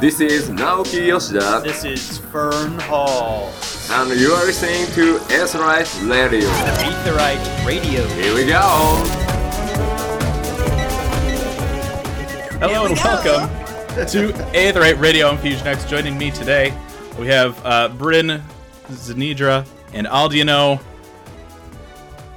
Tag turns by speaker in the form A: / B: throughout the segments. A: This is Naoki Yoshida,
B: This is Fern Hall,
A: and you are listening to S-Life Radio.
B: Etherite Radio.
A: Here we go!
C: Hello and welcome to Aetherite Radio on Fusion X. Joining me today, we have uh, Bryn, Zanidra, and Aldino.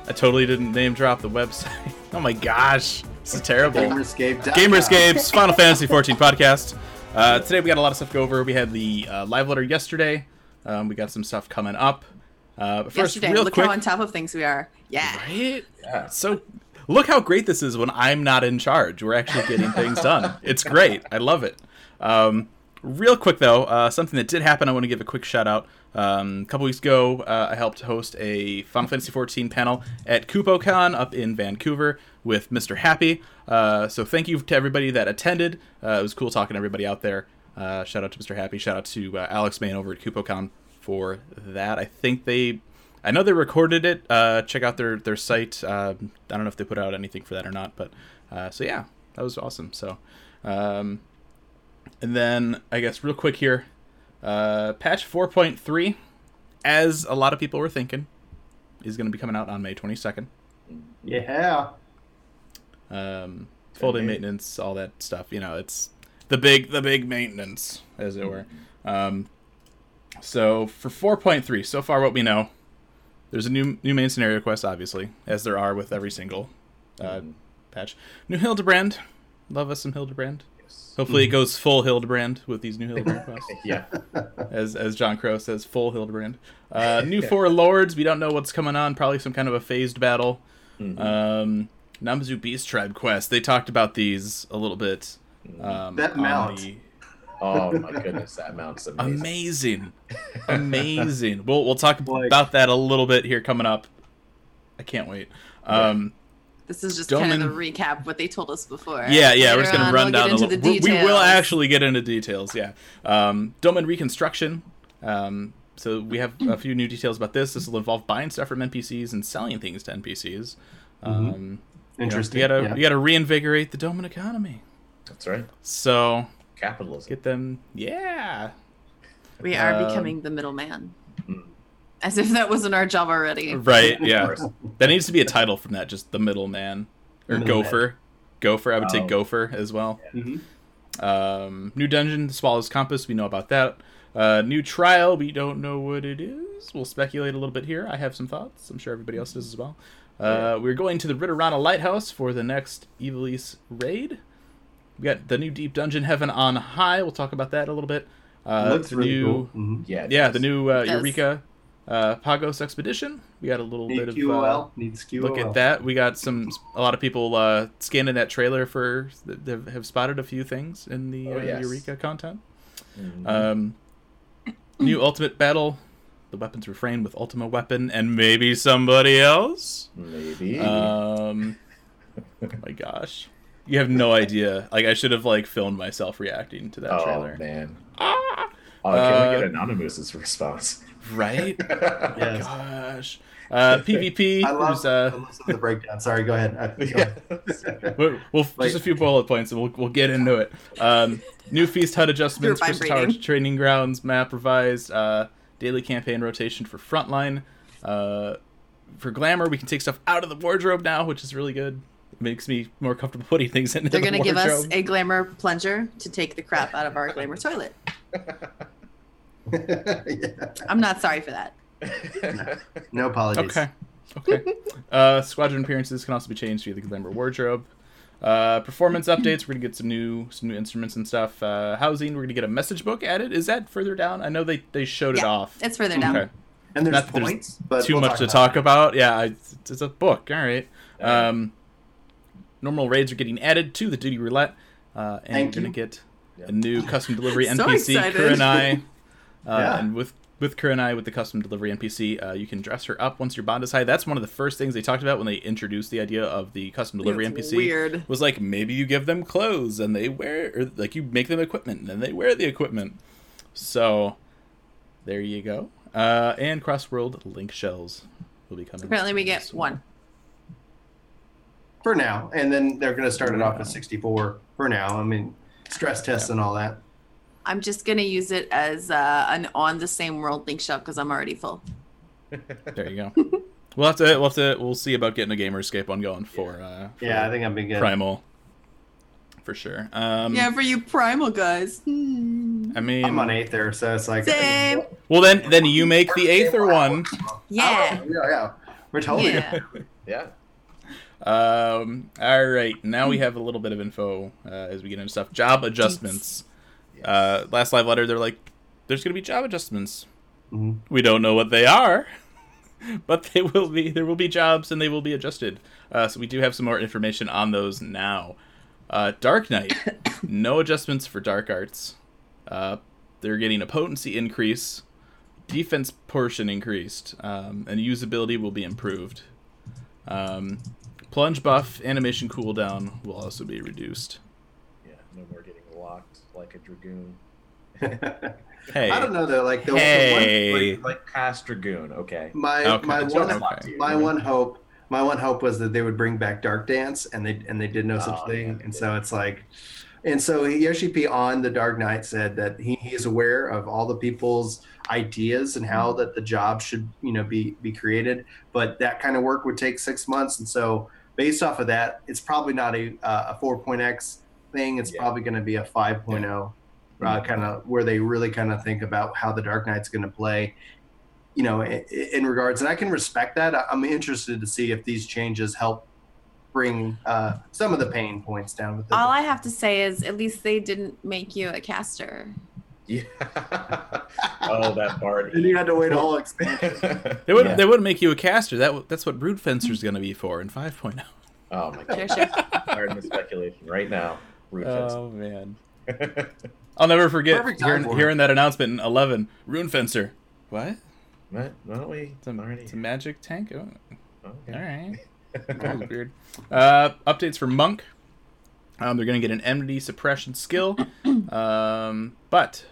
C: I totally didn't name drop the website. Oh my gosh, this is terrible.
D: Gamerscape.
C: Gamerscapes Final Fantasy 14 podcast. Uh, today we got a lot of stuff to go over. We had the uh, live letter yesterday. Um, we got some stuff coming up. Uh, but first,
E: yesterday.
C: real
E: Look
C: quick,
E: how on top of things we are. Yeah.
C: Right? Yeah. So look how great this is when I'm not in charge. We're actually getting things done. It's great. I love it. Um, real quick though, uh, something that did happen, I want to give a quick shout out. Um, a couple weeks ago, uh, I helped host a Final Fantasy XIV panel at KupoCon up in Vancouver with Mr. Happy. Uh, so thank you to everybody that attended. Uh, it was cool talking to everybody out there. Uh, shout out to Mr. Happy. Shout out to uh, Alex Main over at KupoCon for that. I think they I know they recorded it. Uh, check out their their site. Uh, I don't know if they put out anything for that or not, but uh, so yeah, that was awesome. So, um, and then I guess real quick here, uh, patch four point three, as a lot of people were thinking, is going to be coming out on May twenty second.
D: Yeah.
C: Um, full day
D: Okay.
C: maintenance, all that stuff. You know, it's the big the big maintenance, as it were. Um, so for four point three, so far what we know, there's a new new main scenario quest, obviously, as there are with every single uh, patch. New Hildebrand, love us some Hildebrand. Hopefully, it goes full Hildebrand with these new Hildebrand quests
D: Yeah.
C: as as John Crow says, full Hildebrand. Uh, new four lords. We don't know what's coming on. Probably some kind of a phased battle. Um, Namzu Beast Tribe quest. They talked about these a little bit. Um,
D: That
C: on
D: mount.
C: the-
F: Oh my goodness, that mounts amazing.
C: amazing, amazing. we'll we'll talk
D: Like-
C: about that a little bit here coming up. I can't wait. Um,
E: This is just
C: Domin-
E: kind of the recap what they told us before.
C: Yeah, yeah, we're
E: Later
C: just gonna
E: on,
C: run
E: we'll
C: down
E: uh, get into
C: the,
E: the
C: li- we- We will
E: details.
C: actually get into details. Yeah, um, Domain reconstruction. Um, so we have a few new details about this. This will involve buying stuff from NPCs and selling things to NPCs. Um,
D: Mm-hmm. Interesting.
C: You, know, you
D: yeah.
C: gotta you gotta reinvigorate the Domain economy.
F: That's right.
C: So
F: Capitalism.
C: get them. Yeah,
E: We are
C: Um,
E: becoming the middleman.
F: Mm.
E: As if that wasn't our job already.
C: right. Yeah,
F: course.
C: that needs to be a title from that. Just the middleman or
D: Middleman.
C: gopher. Gopher. I would say
F: Oh.
C: gopher as well.
D: Mhm.
C: Um, new dungeon, the Swallow's Compass. We know about that. Uh, new trial. We don't know what it is. We'll speculate a little bit here. I have some thoughts. I'm sure everybody else does as well. Uh, We're going to the Ritterana Lighthouse for the next Evilise raid. We got the new Deep Dungeon Heaven on High. We'll talk about that a little bit. Uh,
D: Looks
C: the
D: really
C: new,
D: cool. Mhm.
F: Yeah. it
C: Yeah,
F: is.
C: the new uh,
E: It does.
C: Eureka uh, Pagos Expedition. We got a little
D: Need
C: bit of. Uh,
D: QOL. Needs QOL.
C: Look at that. We got some a lot of people uh, scanning that trailer for that have- have spotted a few things in the
F: Oh,
C: uh,
F: yes.
C: Eureka content.
F: Mhm.
C: Um, new ultimate battle, the weapons refrain with Ultima weapon and maybe somebody else.
F: Maybe.
C: Um, my gosh, you have no idea. Like I should have like filmed myself reacting to that
F: oh
C: trailer.
F: man.
C: Ah,
F: Oh, can
C: Uh,
F: we get Anonymous's response?
C: right?
D: Yes.
C: Gosh, uh, PvP.
D: I love,
C: there's, uh,
D: I love some of the breakdown. Sorry, go ahead. I-
F: Yeah.
C: We'll, we'll
D: Like-
C: just a few bullet points, and we'll we'll get into it. Um, new feast hut adjustments,
E: You're
C: Crystal Tower
E: vibrating.
C: training grounds map revised, uh, daily campaign rotation for frontline. Uh, for glamour, we can take stuff out of the wardrobe now, which is really good. It makes me more comfortable putting things into
E: They're
C: the
E: going to give
C: wardrobe.
E: us a glamour plunger to take the crap out of our glamour toilet.
D: Yeah.
E: I'm not sorry for that.
D: No apologies.
C: Okay. Okay. uh, squadron appearances can also be changed via the glamour wardrobe. Uh, performance updates. We're gonna get some new some new instruments and stuff. Uh, housing. We're gonna get a message book added. Is that further down? I know they they showed it
E: Yeah,
C: off.
E: It's further down.
C: Okay.
D: And there's
C: Not that there's
D: points, but
C: Too
D: we'll
C: much to
D: about
C: talk about. Yeah, I, it's- it's a book. All right.
F: Yeah.
C: Um, normal raids are getting added to the duty roulette, uh, and
D: Thank
C: we're gonna
D: you.
C: get a new custom delivery
E: So
C: NPC
E: excited.
C: Kurenai. Uh,
D: Yeah.
C: And with with Kurenai, with the custom delivery NPC, uh, you can dress her up once your bond is high. That's one of the first things they talked about when they introduced the idea of the custom delivery
E: That's
C: NPC.
E: weird.
C: Was like maybe you give them clothes and they wear, or like you make them equipment and then they wear the equipment. So there you go. Uh, and cross world link shells will be coming.
E: Apparently, we get one.
D: that. For now. And then they're going to start it off
C: Yeah.
D: with 64 for now. I mean, stress tests and all that.
E: I'm just gonna use it as uh, an on the same world link shop because I'm already full.
C: There you go. we'll have to. We'll have to. We'll see about getting a gamerscape on going for. Uh, for
D: Yeah, I think I've been good.
C: primal. For sure. Um,
E: yeah, for you primal guys. Hmm.
C: I mean,
D: I'm on eighth there, so it's like
E: Same.
C: well then, then you make the aether one.
E: Yeah.
D: Oh, yeah, yeah. We're totally
E: Yeah.
F: Yeah.
C: Um, all right, now we have a little bit of info uh, as we get into stuff. Job adjustments. Uh, last live letter, they're like, "There's going to be job adjustments.
D: Mhm.
C: We don't know what they are, but they will be. There will be jobs, and they will be adjusted. Uh, so we do have some more information on those now. Uh, Dark Knight, no adjustments for Dark Arts. Uh, they're getting a potency increase, defense portion increased, um, and usability will be improved. Um, plunge buff, animation cooldown will also be reduced.
F: Yeah. No more getting locked like a dragoon.
C: Hey,
D: I don't know though. Like the, the
C: Hey.
D: one,
F: Like past dragoon. Okay.
D: my
C: Okay,
D: my
C: so
D: one
C: it's
F: locked to you.
D: my one hope my one hope was that they would bring back Dark Dance, and they and they did no such
F: Oh,
D: thing,
F: yeah.
D: and so it's like. And so Yoshi P on the Dark Knight said that he, he is aware of all the people's ideas and how
F: Mm-hmm.
D: that the job should you know be be created, but that kind of work would take six months. And so based off of that, it's probably not a uh, a 4.x thing. It's
F: Yeah.
D: probably going to be a 5.0 uh, kind of where they really kind of think about how the Dark Knight's going to play, you know, in, in regards. And I can respect that. I- I'm interested to see if these changes help bring uh, some of the pain points down with the
E: All I have to say is, at least they didn't make you a caster.
F: Yeah. oh, that
D: and
F: party.
D: you had to wait a whole expansion.
C: they would
F: Yeah.
C: they wouldn't make you a caster. That w- that's what Brood
E: Hmm.
C: Fencer's going to be for in 5.0.
F: Oh my god.
E: Sure, sure.
F: Starting the speculation right now. Root fence.
C: Oh man, I'll never forget
D: Perfect time
C: hearing,
D: for it.
C: hearing that announcement in 11. Rune Fencer. What?
F: What? Why don't we?
C: It's a,
F: already.
C: it's a magic tank. Oh,
F: okay.
C: all right. That was weird. Uh, updates for Monk. Um, they're going to get an enmity suppression skill, um, but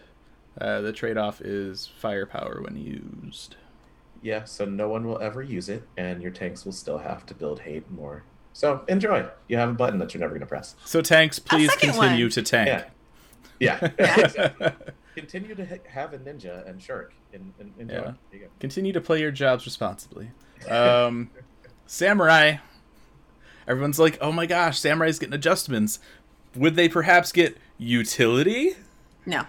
C: uh, the trade-off is firepower when used.
F: Yeah, so no one will ever use it, and your tanks will still have to build hate more. So enjoy. You have a button that you're never gonna press.
C: So tanks, please
E: second
C: continue
E: one.
C: to tank.
F: Yeah.
E: Yeah.
F: Continue to ha- have a ninja and shirk and, and enjoy.
C: Yeah.
F: There you go.
C: continue to play your jobs responsibly. Um, samurai. Everyone's like, oh my gosh, samurai's getting adjustments. Would they perhaps get utility?
E: No.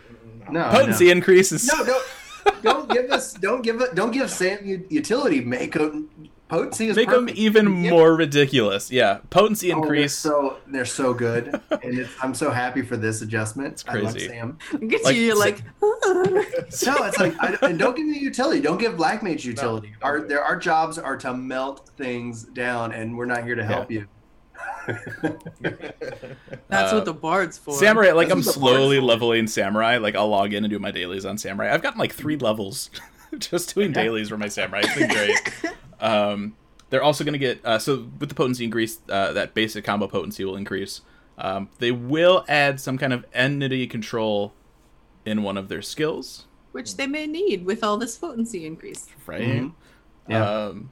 D: No,
C: Potency
D: Oh, no.
C: increases.
D: No, don't don't give us don't give it don't give Sam u- utility. Make them potency is
C: Make them
D: perfect.
C: even
D: Yep.
C: more ridiculous. Yeah, potency
D: Oh,
C: increase.
D: They're so they're so good, and it's, I'm so happy for this adjustment.
C: It's
D: I love
C: crazy.
D: Sam.
E: Look at
C: Like-
E: you, you're like,
D: No, it's like I, and don't give me utility. Don't give black mage utility.
F: No,
D: our
F: don't.
D: there our jobs are to melt things down, and we're not here to help you.
E: that's
C: Uh,
E: what the bard's for.
C: Samurai, like
D: This
C: I'm
D: is a
C: slowly
D: hard one.
C: leveling samurai. Like I'll log in and do my dailies on samurai. I've gotten like three levels just doing dailies for my samurai. It's been great. um, they're also going to get uh, so with the potency increase, uh, that basic combo potency will increase. Um, they will add some kind of entity control in one of their skills,
E: Which they may need with all this potency increase.
C: right?
D: Mhm. Yeah.
C: Um,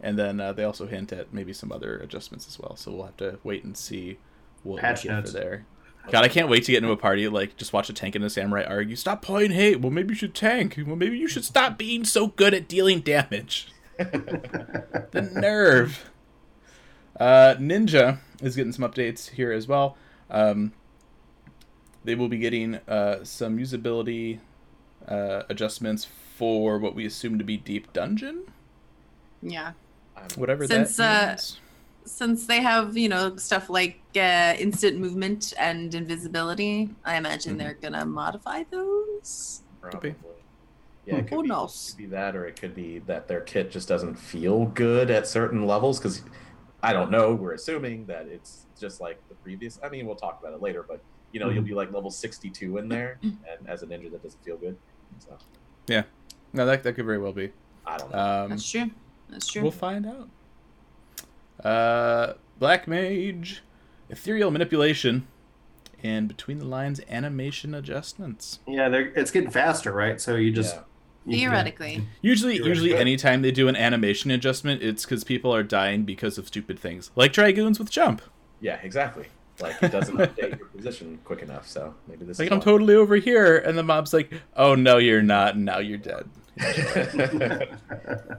C: and then uh, they also hint at maybe some other adjustments as well. So we'll have to wait and see what
D: Patch
C: we get
D: notes.
C: for there. God, I can't wait to get into a party like just watch a tank and a samurai argue. Stop playing hate. Well, maybe you should tank. Well, maybe you should stop being so good at dealing damage. the nerve. Uh, Ninja is getting some updates here as well. Um, they will be getting uh, some usability uh, adjustments for what we assume to be deep dungeon
E: Yeah.
F: I'm-
C: whatever
E: Since,
C: that
E: uh,
C: means.
E: Since they have, you know, stuff like uh, instant movement and invisibility, I imagine
C: Mhm.
E: they're going to modify those.
C: be.
F: Probably. Yeah, it
E: Hmm, Who
F: could, be,
E: knows?
F: it could be that, or it could be that their kit just doesn't feel good at certain levels. Because I don't know, we're assuming that it's just like the previous. I mean, we'll talk about it later, but you know,
C: Hmm.
F: you'll be like level 62 in there,
E: Mm-hmm.
F: and as a ninja, that doesn't feel good. So
C: no, that, that could very well be.
F: I don't know.
C: Um,
E: That's true. That's true.
C: we'll find out. Uh, Black Mage, ethereal manipulation, and between the lines animation adjustments.
D: Yeah, they're, it's getting faster, right? So you just
F: Yeah.
D: you can-
E: Theoretically.
C: Usually,
F: You're
C: usually,
F: right.
C: anytime they do an animation adjustment, it's because people are dying because of stupid things, like dragoons with jump.
F: yeah, exactly. Like it doesn't update your position quick enough. So maybe this.
C: Like
F: is
C: I'm
F: one.
C: totally over here, and the mob's like, "Oh no, you're not. and Now you're dead."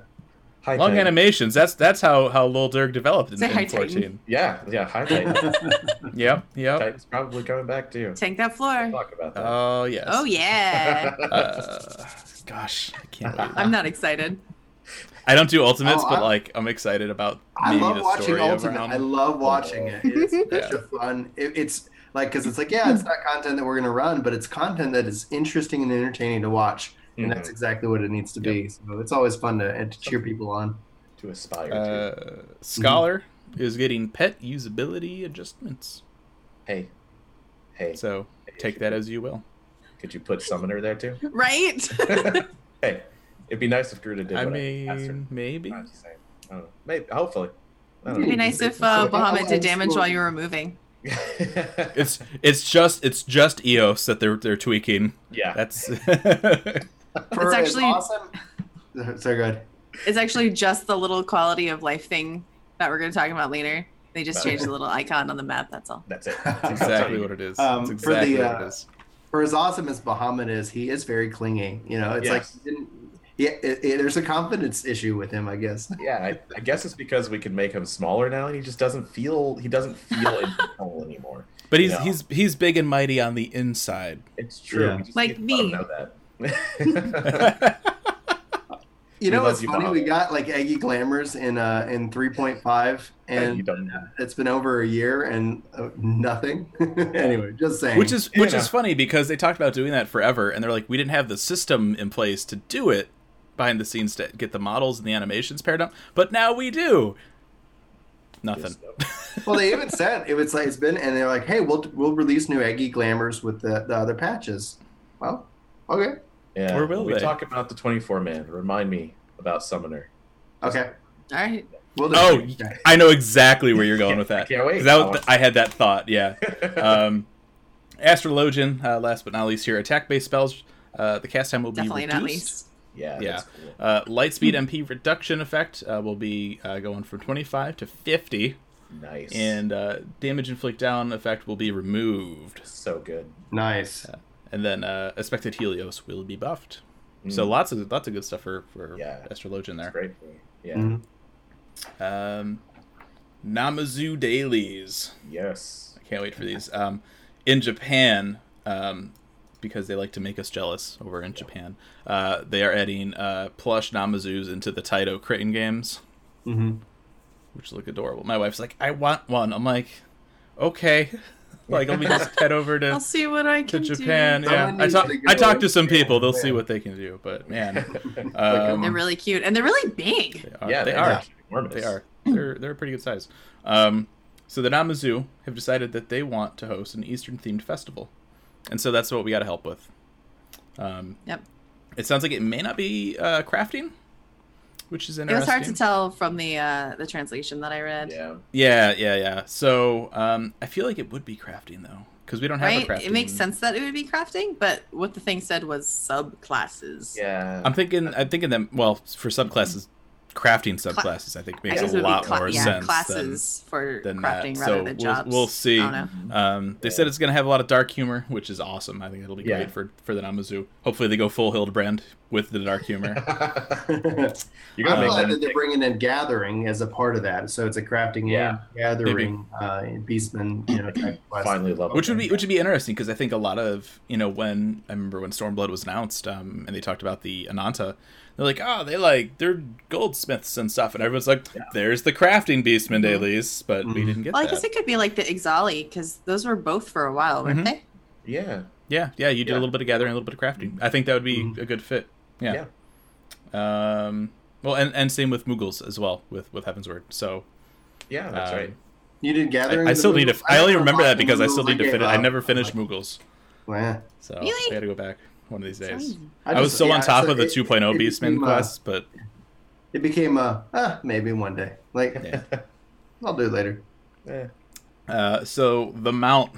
F: High
C: Long
F: tech.
C: animations. That's that's how how Lil Durk developed in,
E: Say hi,
C: in 14.
F: Yeah, yeah. High Titan.
C: Yep, yep.
F: Titan's probably coming back too.
E: Take that floor.
F: Talk about that.
C: Oh yes.
E: Oh yeah.
C: Uh, gosh, I can't wait.
E: I'm not excited.
C: I don't do ultimates,
D: Oh,
C: but
D: I-
C: like I'm excited about
D: I
C: maybe
D: love
C: the
D: watching
C: story
D: Ultimate.
C: around.
D: I love watching it. It's such
C: oh. Yeah.
D: a fun. It, it's like because it's like yeah, it's not content that we're gonna run, but it's content that is interesting and entertaining to watch, and that's
C: Mm-hmm.
F: Mhm.
D: exactly what it needs to be. So it's always fun to, and to cheer people on.
F: to aspire to.
C: uh, Scholar is getting pet usability adjustments,
F: Hey, hey.
C: so
F: hey,
C: take
F: should-
C: that as you will.
F: Could you put Summoner there too?
E: Right?
F: hey, it'd be nice if Gruta did.
C: I
F: what
C: mean,
F: I
C: maybe.
F: I'm just saying. I don't know. Maybe, hopefully. I don't
E: It'd be
F: know.
E: nice if uh, Bahamut
D: Oh,
E: did damage
D: absolutely.
E: while you were moving.
C: It's it's just it's just EOS that they're they're tweaking.
F: yeah.
C: That's
D: For as
E: actually-
D: awesome. So good.
E: It's actually just the little quality of life thing that we're going to talk about later. They just changed the little icon on the map. That's all.
F: That's it.
C: exactly what it is.
D: Um,
C: That's
D: for the,
C: exactly what
D: uh,
C: it is.
D: For as awesome as Bahamut is, he is very clingy. You know, it's
F: Yes.
D: like he didn't. Yeah, it, it, there's a confidence issue with him, I guess.
F: Yeah, I, I guess it's because we can make him smaller now, and he just doesn't feel he doesn't feel in control anymore.
C: But he's
F: yeah.
C: he's he's big and mighty on the inside.
F: It's true.
D: Yeah.
F: We just
E: Like
F: need to let
E: me.
F: him Know that.
C: yeah,
D: You know
F: love
D: what's
F: you,
D: funny?
F: Bob.
D: We got like Eggy Glamours in uh in 3.5,
F: you
D: and
F: don't.
D: it's been over a year and uh, nothing. anyway, just saying.
C: which is which
F: Yeah.
C: is funny because they talked about doing that forever, and they're like, we didn't have the system in place to do it behind the scenes to get the models and the animations paired up, but now we do. Nothing.
D: well, they even said it was like it's been, and they're like, hey, we'll we'll release new Eggy Glamours with the, the other patches. Well, okay,
F: Yeah.
C: Or will
F: we
C: they?
F: talk about the twenty-four man? Remind me about Summoner.
D: okay,
E: All right.
D: we'll do
C: Oh,
D: it. Okay.
C: I know exactly where you're going with that.
F: Can't wait. Oh.
C: 'Cause that was- I had that thought. Yeah. um, Astrologian, uh, last but not least here, attack based spells. Uh, the cast time will
E: Definitely
C: be
E: not
C: reduced.
E: least. Hmm.
F: yeah.
C: Yeah.
F: That's cool.
C: Uh, Lightspeed MP reduction effect uh, will be uh, going from 25 to 50,
F: Nice.
C: and uh, damage inflict down effect will be removed.
F: so good.
D: nice.
C: And then uh, expected Helios will be buffed.
F: Mm,
C: So lots of lots of good stuff for for
F: Yeah.
C: Astrologian there.
F: that's great. for you. Yeah.
D: Mhm.
C: Mm-hmm. Um, Namazu dailies.
F: Yes.
C: Can't wait for these. Um, in Japan, um, because they like to make us jealous over in Japan, uh, they are adding uh, plush Namazus into the Taito Crane games,
D: Mhm.
C: which look adorable. My wife's like, I want one. I'm like, okay. like, let me just head over
E: I'll
C: to,
E: see what I
C: to
E: can
C: Japan.
E: do.
C: Yeah,
D: Someone
C: I
D: needs
C: talk,
D: to go
C: I talk to some
D: to
C: people. They'll see
D: Japan.
C: what they can do. But man,
D: on.
E: They're
C: um,
E: really cute and they're really big.
C: they are.
F: yeah,
C: they
F: they're
C: are.
F: actually enormous.
C: They are. They're they're a pretty good size. Um, so the Namazu have decided that they want to host an Eastern themed festival, and so that's what we got to help with. Um,
E: Yep.
C: It sounds like it may not be uh, crafting, which is
E: It was
C: interesting.
E: hard to tell from the uh, the translation that I read.
F: Yeah.
C: Yeah, yeah, yeah. So um, I feel like it would be crafting though, because we don't have
E: Right?
C: a crafting.
E: It makes sense that it would be crafting, but what the thing said was subclasses.
F: Yeah.
C: I'm thinking. I'm thinking that well, for subclasses, crafting subclasses, I think
E: I
C: makes
E: guess
C: a
E: it would be
C: lot
E: cla-
C: more
E: yeah,
C: sense than
E: classes for
C: than that.
E: crafting
C: So
E: rather than
C: we'll-
E: jobs.
C: we'll see.
E: I don't know.
C: Um, they said it's going to have a lot of dark humor, which is awesome. I think it'll be
F: Yeah.
C: great for, for the Namazu. Hopefully, they go full Hildebrand with the dark humor.
F: You're
D: Mm-hmm. I'm
F: gonna
D: glad
F: make
D: that
F: that.
D: they're bringing in gathering as a part of that, so it's a crafting
F: Yeah.
D: and gathering uh, beastman, you know, type quest.
F: Finally, love
C: which would be which would be interesting because I think a lot of you know when I remember when Stormblood was announced um, and they talked about the Ananta, they're like, oh, they like they're goldsmiths and stuff, and everyone's like, there's the crafting beastman dailies, but we
D: Mhm.
C: didn't get
E: Well, I
C: that.
E: guess it could be like the Exali because those were both for a while, weren't
C: Mhm.
E: they?
F: Yeah.
C: Yeah, yeah, you did
F: Yeah.
C: a little bit of gathering, a little bit of crafting. I think that would be
D: Mhm.
C: a good fit. Yeah. Um, well, and, and same with Mughals as well with with Heaven's Word. So
F: Yeah. That's
C: Um,
F: right.
D: You did gathering.
C: I, I
D: as a
C: still need to.
D: move?
C: I only
D: never
C: remember that
D: watched the
C: because I
D: movies,
C: still need to
D: gave
C: fit it. I
D: up.
C: never finished Moogles,
D: Well,
C: so I
E: Really?
C: got to go back one of these days.
D: I
C: I, was
D: just-
C: still
D: yeah,
C: on top
D: so
C: of the
D: it-
C: 2.0
D: it
C: Beastman
D: became, uh,
C: quests, but
D: It became a ah, maybe one day. Like
C: yeah.
D: I'll do it later.
F: Eh,
C: uh, so the mount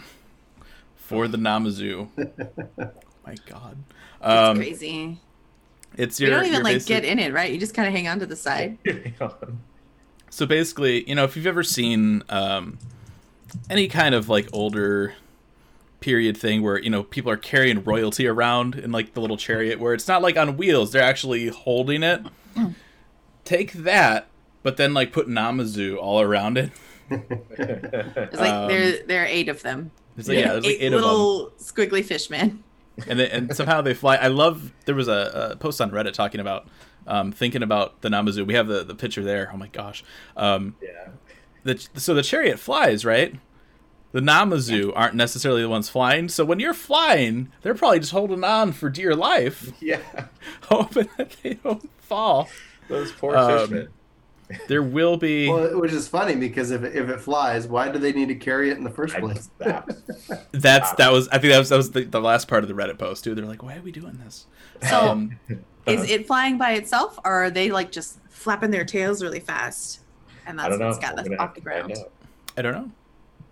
C: for the Namazu. oh my god,
E: That's
C: um,
E: crazy.
C: it's
E: You
C: your.
E: don't even
C: your
E: like
C: basic-
E: get in it, right? You just kind of hang on to the side.
F: you know,
C: So basically, you know, if you've ever seen um, any kind of like older period thing where you know people are carrying royalty around in like the little chariot where it's not like on wheels they're actually holding it take that but then like put namazu all around it
E: It's like there there are eight of them.
C: it's like, Um, yeah, there's like eight, of them
E: little squiggly fish men.
C: and they, and somehow they fly. I love. There was a, a post on Reddit talking about um, thinking about the Namazu. We have the, the picture there. Oh my gosh. Um,
F: yeah.
C: the, so the chariot flies, right? The Namazu aren't necessarily the ones flying. So when you're flying, they're probably just holding on for dear life,
F: Yeah.
C: hoping that they don't fall.
F: Those poor
C: Um,
F: fishmen.
C: There will be.
D: Well, which is funny because if, it- if it flies, why do they need to carry it in the first
F: I
D: place?
F: that.
C: That's that was. I think that was that was the, the last part of the Reddit post too. They're like, why are we doing this? Um,
E: So is
C: Uh-huh.
E: it flying by itself or are they like just flapping their tails really fast? And
F: I
E: that's
F: don't know.
E: what's got
F: We're
E: us
F: gonna have
E: off the
F: to find
E: ground.
F: out.
C: I don't know.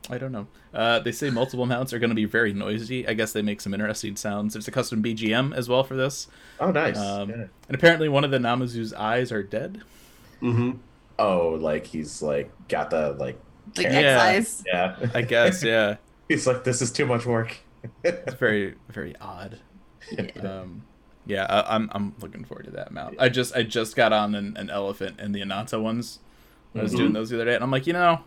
C: I don't know. Uh, they say multiple mounts are going to be very noisy. I guess they make some interesting sounds. There's a custom BGM as well for this.
F: Oh, nice.
C: Um,
F: Yeah.
C: And apparently, one of the Namazu's eyes are dead.
D: hmm
F: Oh, like he's like got the like.
E: Like
C: Yeah.
E: excise.
F: Yeah.
C: I guess, yeah.
F: he's like, this is too much work.
C: It's very, very odd. Um, yeah, I, I'm, I'm looking forward to that mount. I just, I just got on an, an elephant and the Ananta ones. I
F: Mm-hmm.
C: was doing those the other day, and I'm like, you know,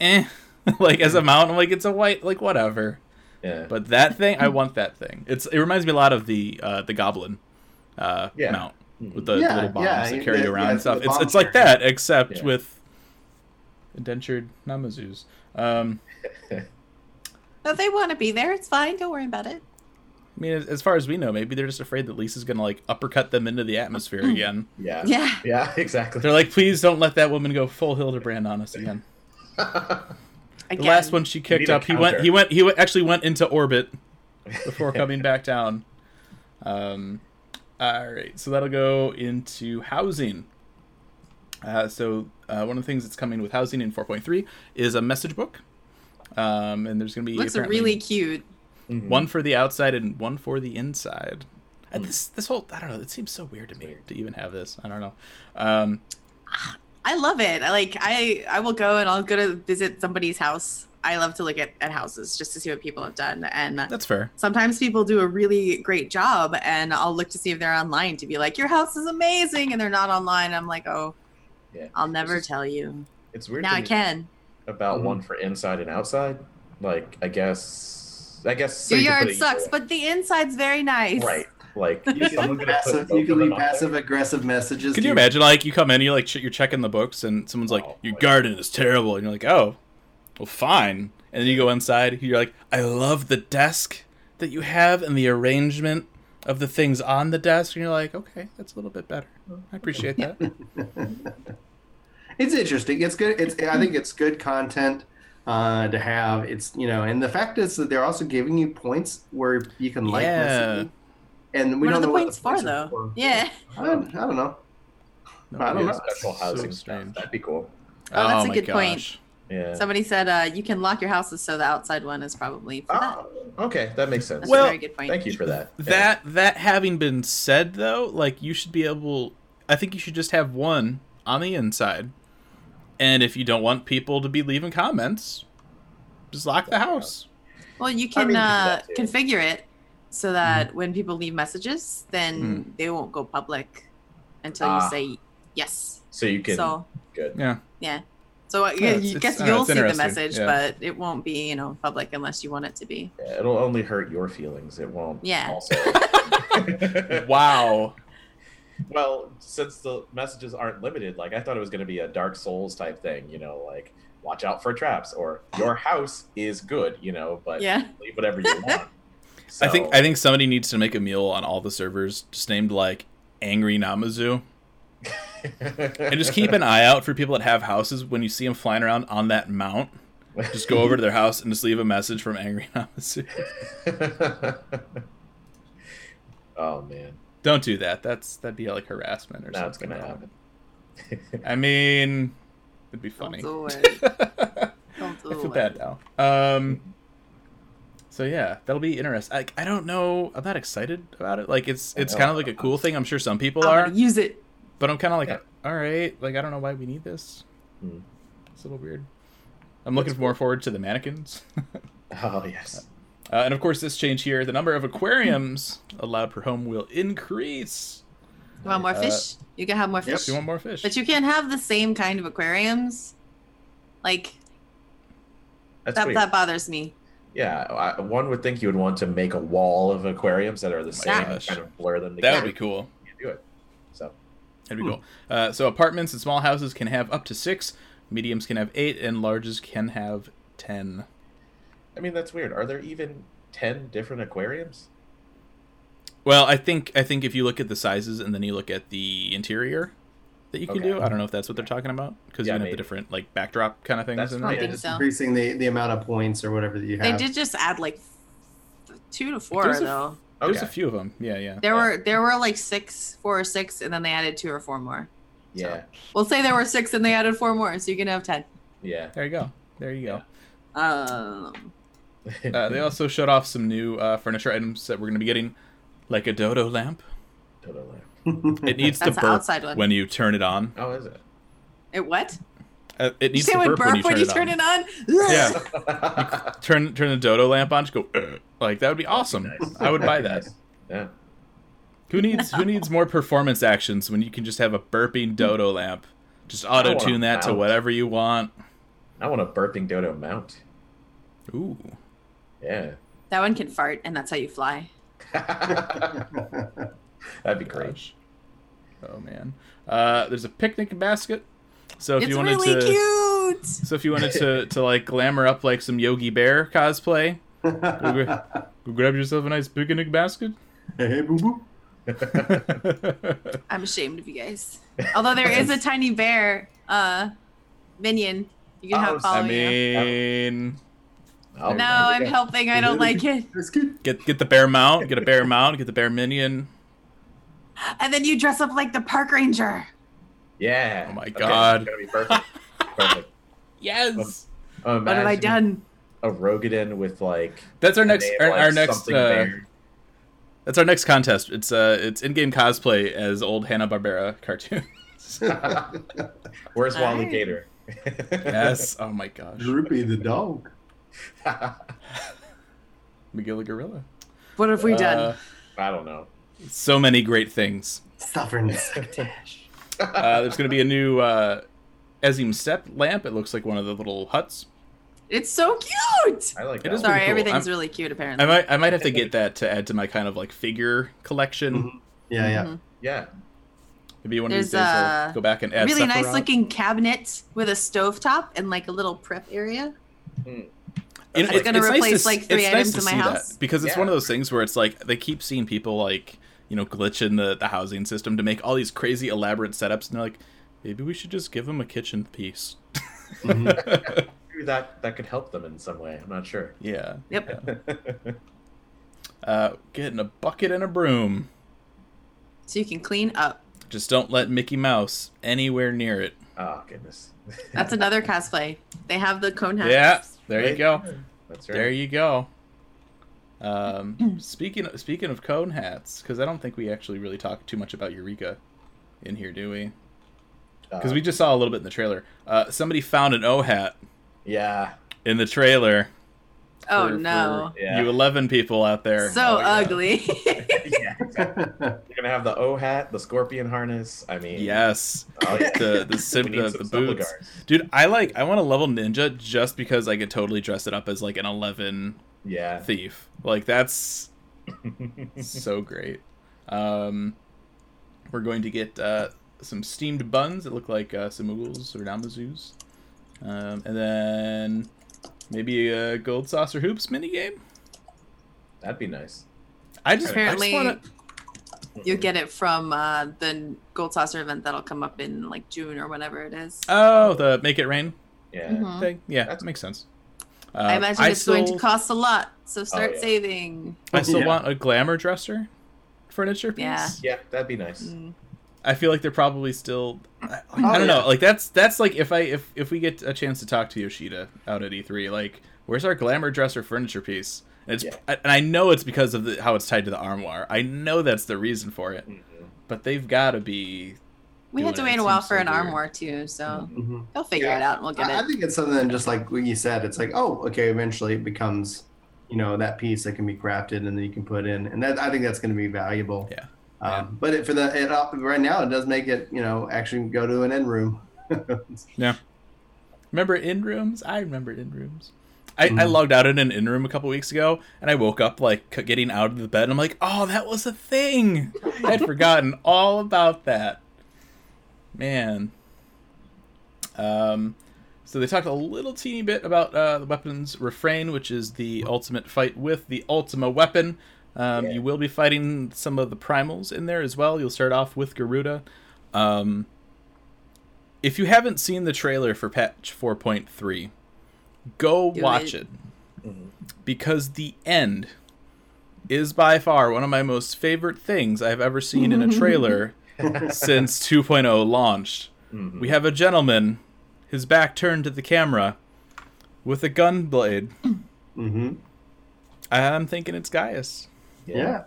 C: eh. like as a mount, I'm like, it's a white, like whatever.
F: Yeah.
C: But that thing, I want that thing. It's it reminds me a lot of the uh, the goblin uh,
F: Yeah. Mm-hmm.
C: mount with the, the
D: Yeah,
C: little bombs
D: yeah,
C: that carry
D: yeah,
C: around
D: yeah,
C: and stuff.
D: the
C: It's
D: bomb
C: it's like
D: carrier.
C: that except
F: Yeah.
C: with indentured namazus. Um,
E: No, they want to be there. It's fine. Don't worry about it.
C: I mean, as, as far as we know, maybe they're just afraid that Lisa's gonna like uppercut them into the atmosphere
E: Mm-hmm.
C: again.
F: yeah.
E: Yeah.
F: Yeah, Exactly.
C: They're like, please don't let that woman go full Hildebrand on us again. The
E: Again.
C: last one she kicked
F: need a
C: up, he went,
F: counter.
C: he went, he went, actually went into orbit before coming back down. Um, all right, so that'll go into housing. Uh, so uh, one of the things that's coming with housing in 4.3 is a message book, um, and there's going to be
E: looks
C: apparently
E: really cute.
F: Mhm.
C: one for the outside and one for the inside. And this this whole I don't know. It seems so weird to me to even have this. I don't know. Um,
E: I love it. I like I I will go and I'll go to visit somebody's house. I love to look at, at houses just to see what people have done. And
C: that's fair.
E: sometimes people do a really great job and I'll look to see if they're online to be like, Your house is amazing and they're not online. I'm like, Oh,
F: Yeah.
E: I'll never
F: It's just-
E: tell you.
F: It's weird.
E: Now
F: to
E: I
F: me
E: can.
F: About
D: Mhm.
F: one
C: Mm-hmm.
F: for inside and outside. Like, I guess. I guess. so
E: Your
F: you can
E: yard
F: put it
E: sucks,
F: either
E: but the inside's very nice.
F: way. Right. Like,
D: You can leave passive, you can leave passive aggressive messages. to
C: Could you
D: your-
C: imagine, like, you come in, you're like, ch- you're checking the books, and someone's like,
F: Oh,
C: "Your
F: boy.
C: garden is terrible," and you're like, "Oh, well, fine." And then you go inside, you're like, "I love the desk that you have and the arrangement of the things on the desk," and you're like, "Okay, that's a little bit better. I appreciate that."
D: It's interesting. It's good. It's I think it's good content uh, to have. It's you know, and the fact is that they're also giving you points where you can like
C: Yeah.
D: messages. And we
E: what
D: don't
E: are the
D: know
E: points
D: what
E: for
D: the
E: though?
D: points are for.
E: Yeah.
D: I don't, I don't know.
C: No,
D: I don't
C: yeah.
D: know.
F: Special
C: So
F: housing
C: strange.
F: stuff. That'd be cool.
E: Oh, that's a
C: my
E: good point.
C: gosh.
F: Yeah.
E: Somebody said uh, you can lock your houses so the outside one is probably for that.
F: Oh, okay. That makes sense.
E: That's
C: Well,
E: a very good point.
F: Thank you for that. Yeah.
C: That that having been said, though, like you should be able. I think you should just have one on the inside, and if you don't want people to be leaving comments, just lock the house.
E: Well, you
F: I
E: can
F: mean, you can do
E: uh,
F: that Mm-hmm. too.
E: configure it so that when people leave messages, then they won't go public until
F: Mm-hmm. Ah.
E: you say yes.
F: So you can.
E: So
F: good.
C: Yeah.
E: yeah, so I
C: Yeah,
E: you
C: it's-
E: guess
C: it's- I know,
E: you'll
C: it's
E: see the
C: interesting,
E: message,
C: yeah.
E: but it won't be you know public unless you want it to be.
F: Yeah, It'll only hurt your feelings. It won't.
E: Yeah.
F: Also.
C: Wow.
F: well, since the messages aren't limited, like I thought it was going to be a Dark Souls type thing, you know, like watch out for traps or your house is good, you know, but
E: Yeah.
F: leave whatever you want.
C: I think I think somebody needs to make a meal on all the servers just named like Angry Namazu. And just keep an eye out for people that have houses when you see them flying around on that mount. Just go over to their house and just leave a message from Angry Namazu.
F: oh man,
C: Don't do that. That's that'd be like harassment or
F: No, it's
C: something.
F: gonna
C: wrong. I mean, it'd be funny.
E: Don't do it. Don't do
C: I feel
E: it.
C: bad now. Um, so yeah, that'll be interesting. I, I don't know. I'm not excited about it. Like it's it's
F: know.
C: kind of like a cool thing. I'm sure some people
E: I'm
C: are.
E: gonna use it.
C: But I'm kind of like,
F: Yeah.
C: all right, like I don't know why we need this.
F: Hmm.
C: It's a little weird. I'm looking more forward to the mannequins.
F: Oh yes.
C: Uh, and of course, this change here the number of aquariums allowed per home will increase.
E: You want more
C: Uh,
E: fish? You can have more fish.
C: If you want more fish.
E: But you can't have the same kind of aquariums. Like
F: That's
E: that,
F: weird.
E: that bothers me.
F: Yeah, I, one would think you would want to make a wall of aquariums that are the same, and
C: Oh gosh.
F: kind of blur them together.
C: that would be cool.
F: You do it. So
C: That'd
F: Hmm.
C: be cool. Uh, so apartments and small houses can have up to six, mediums can have eight, and larges can have ten.
F: I mean, that's weird. Are there even ten different aquariums?
C: Well, I think I think if you look at the sizes and then you look at the interior that you can
F: Okay.
C: do, I don't know if that's what they're talking about because
F: Yeah,
C: you can have
F: maybe.
C: the different like backdrop kind of things.
F: That's
C: in
F: right.
C: there.
E: think
D: just
E: so.
D: increasing the, the amount of points or whatever that you
E: They
D: have.
E: did just add like f- two to four
C: There's a-
E: though.
F: Okay.
C: There's a few of them. Yeah, yeah.
E: there were there were like six, four or six, and then they added two or four more.
F: yeah,
E: We'll say there were six and they added four more, so you can have ten.
F: yeah.
C: There you go. There you go.
E: Um,
C: Uh, they also showed off some new uh, furniture items that we're going to be getting, like a dodo lamp.
F: Totally lamp.
C: It needs to
E: That's the
C: burp
E: outside one.
C: when you turn it on.
F: Oh, is it?
E: it what?
C: Uh, it
E: You
C: needs
E: say
C: to
E: it would
C: burp, when you turn, it, on.
E: turn it on?
C: Yeah, turn turn the dodo lamp on. Just go "Ugh." like that would be awesome.
F: nice.
C: I would buy that.
F: yeah.
C: Who needs who needs more performance actions when you can just have a burping dodo lamp? Just auto tune that to
F: mount.
C: whatever you want.
F: I want a burping dodo mount.
C: Ooh,
F: Yeah.
E: That one can fart, and that's how you fly.
F: That'd be great.
C: gosh. Oh man, uh, there's a picnic basket. So if
E: it's
C: you wanted
E: really
C: to,
E: cute.
C: so if you wanted to to like glamour up like some Yogi Bear cosplay, go, gra- go grab yourself a nice picnic basket.
D: hey, boo boo.
E: I'm ashamed of you guys. Although there is a tiny bear uh minion you can
F: Oh,
E: have
C: I
E: following you.
C: mean, Oh,
F: I'll-
E: No, I'm helping. I don't like it.
D: That's good.
C: get get the bear mount, get a bear mount, get the bear minion.
E: And then you dress up like the park ranger.
F: Yeah.
C: Oh my
F: Okay,
C: God.
F: It's gonna be perfect. perfect.
C: Yes,
F: Imagine
E: What have I done?
F: A Rogadin with like
C: that's our
F: a
C: next
F: name
C: our,
F: like
C: our next
F: something
C: uh,
F: bear.
C: That's our next contest. It's uh, it's in-game cosplay as old Hanna Barbera cartoon.
F: Where's Wally
E: Alright.
F: Gator?
C: yes. Oh my gosh.
D: Droopy the dog.
F: I
C: McGilla Gorilla.
E: What have we
C: Uh,
E: done?
F: don't know.
C: so many great things.
D: Stubborn.
C: Uh, there's going to be a new uh, Ezim Step lamp. It looks like one of the little huts.
E: It's so cute.
F: I like
C: It
F: that.
C: is
F: one.
E: Sorry,
C: cool.
E: everything's
C: I'm-
E: really cute apparently.
C: I might I might have to get that to add to my kind of like figure collection.
D: Mhm. Yeah, yeah.
E: Mhm.
F: Yeah.
C: Maybe one of these days
E: There's,
C: I'll
E: uh,
C: go back and add
E: really nice
C: Sephiroth.
E: looking cabinet with a stove top and like a little prep area.
C: You know,
E: It's gonna
C: to
E: replace,
C: s-
E: like, three
C: it's nice
E: items
C: to
E: in my
C: see that,
E: house.
C: because it's one
F: Yeah.
C: of those things where it's like they keep seeing people like you know glitching the the housing system to make all these crazy elaborate setups, and they're like, maybe we should just give them a kitchen piece.
E: Mm-hmm.
F: Maybe that that could help them in some way. I'm not sure.
C: Yeah,
E: Yep.
C: uh, getting a bucket and a broom.
E: So you can clean up.
C: Just don't let Mickey Mouse anywhere near it.
F: Oh goodness.
E: That's another cosplay. They have the cone hats.
C: Yeah, there you
F: Right
C: go.
F: That's right.
C: There you go. Um, speaking of, speaking of cone hats, because I don't think we actually really talked too much about Eureka in here, do we?
F: Uh,
C: Because we just saw a little bit in the trailer. Uh, somebody found an O hat
F: Yeah.
C: in the trailer.
E: Oh
C: for-
E: no.
C: for
F: Yeah.
C: You 11 people out there.
E: So
F: Oh, yeah.
E: ugly.
F: yeah.
D: Mm-hmm.
F: You're gonna have the O hat, the scorpion harness. I mean,
C: yes.
F: Oh, yeah.
C: The, the, sim,
F: We need
C: the,
F: some
C: the boots.
F: Subligar.
C: Dude, I like, I want to level ninja just because I could totally dress it up as like an 11
F: Yeah.
C: thief. Like, that's so great. Um, we're going to get uh, some steamed buns that look like uh, some oogles or namazoos. Um, and then maybe a gold saucer hoops minigame.
F: That'd be nice.
C: I just
E: Apparently-
C: I just wanna,
E: You'll get it from uh, the Gold Saucer event that'll come up in like June or whenever it is.
C: oh the make it rain
F: Yeah.
E: Mhm.
D: Mm-hmm.
C: thing. Yeah, that
F: That's-
C: makes sense. Uh,
E: I imagine it's
C: still, Oh,
E: going to cost a lot, so start
F: yeah.
E: saving.
C: I still
D: Yeah.
C: want a glamour dresser furniture piece.
E: Yeah.
F: Yeah, that'd be nice.
E: Mm.
C: I feel like they're probably still. I, I
D: Oh,
C: don't
D: yeah.
C: know. Like that's that's like if I if if we get a chance to talk to Yoshida out at E3, like where's our glamour dresser furniture piece? And it's and I know it's because of the, how it's tied to the armoire. I know that's the reason for it,
F: Mhm.
C: but they've got to be
E: We had to
C: doing it.
E: wait
C: It
E: a while
C: seems
E: for
C: so
E: an
C: weird. Mm-hmm.
E: arm war too, so
F: Mm-hmm.
D: Mhm.
E: they'll figure
D: Yeah.
E: it out and we'll get
D: I, I
E: it.
D: think it's something just like what you said. It's like, oh, okay, eventually it becomes, you know, that piece that can be crafted and then you can put in, and that I think that's going to be valuable.
C: Yeah.
D: Um, but it, for the it, op- right now, it does make it, you know, actually go to an end room. Mm-hmm.
C: Remember in rooms? I remember in rooms. I, I
D: Mhm.
C: logged out in an in room a couple weeks ago, and I woke up like c- getting out of the bed. And I'm like, oh, that was a thing. I'd forgotten all about that. Man. Um, so they talked a little teeny bit about uh, the weapons refrain, which is the ultimate fight with the Ultima weapon. Um,
F: Yeah.
C: You will be fighting some of the primals in there as well. You'll start off with Garuda. Um, if you haven't seen the trailer for patch 4.3, go
E: Do
C: watch
E: it. Mm-hmm.
C: it. Because the end is by far one of my most favorite things I've ever seen in a trailer since 2.0 launched.
E: Mm-hmm.
F: Mhm.
C: We have a gentleman, his back turned to the camera, with a gun blade.
D: Mm-hmm.
C: I'm thinking it's Gaius.
D: Yeah.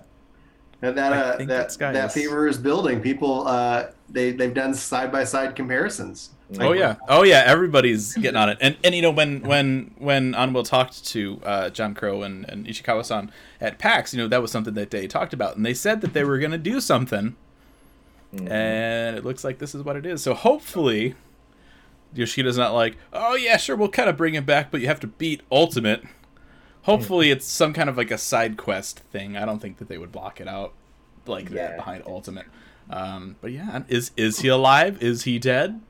D: And that
C: I
D: uh,
C: think
D: that
C: that's Gaius.
D: that fever is building. People, uh, they they've done side by side comparisons.
C: Oh yeah, oh yeah. Everybody's getting on it, and and you know when when when Anwil talked to uh, John Crow and, and Ishikawa-san at PAX, you know that was something that they talked about, and they said that they were going to do something,
F: Mhm.
C: and it looks like this is what it is. So hopefully, Yoshida's not like, oh yeah, sure, we'll kind of bring him back, but you have to beat Ultimate. Hopefully, it's some kind of like a side quest thing. I don't think that they would block it out like that
F: Yeah.
C: behind Ultimate. Um, but yeah, is is he alive? Is he dead?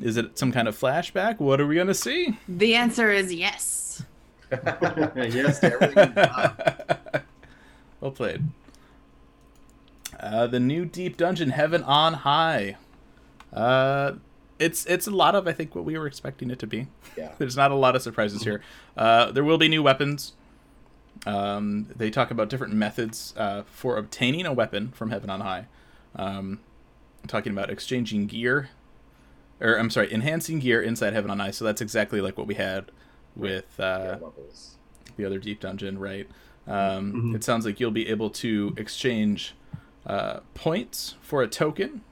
C: Is it some kind of flashback? What are we gonna see?
E: The answer is yes.
D: yes, to everything.
C: well played. Uh, the new deep dungeon, Heaven on High. Uh, it's it's a lot of I think what we were expecting it to be.
F: Yeah.
C: There's not a lot of surprises here. Uh, there will be new weapons. Um, they talk about different methods uh, for obtaining a weapon from Heaven on High. Um, talking about exchanging gear, or I'm sorry, enhancing gear inside Heaven on High. So that's exactly like what we had with
F: Yeah,
C: uh,
F: levels.
C: the other deep dungeon, right? Um, It sounds like you'll be able to exchange uh, points for a token,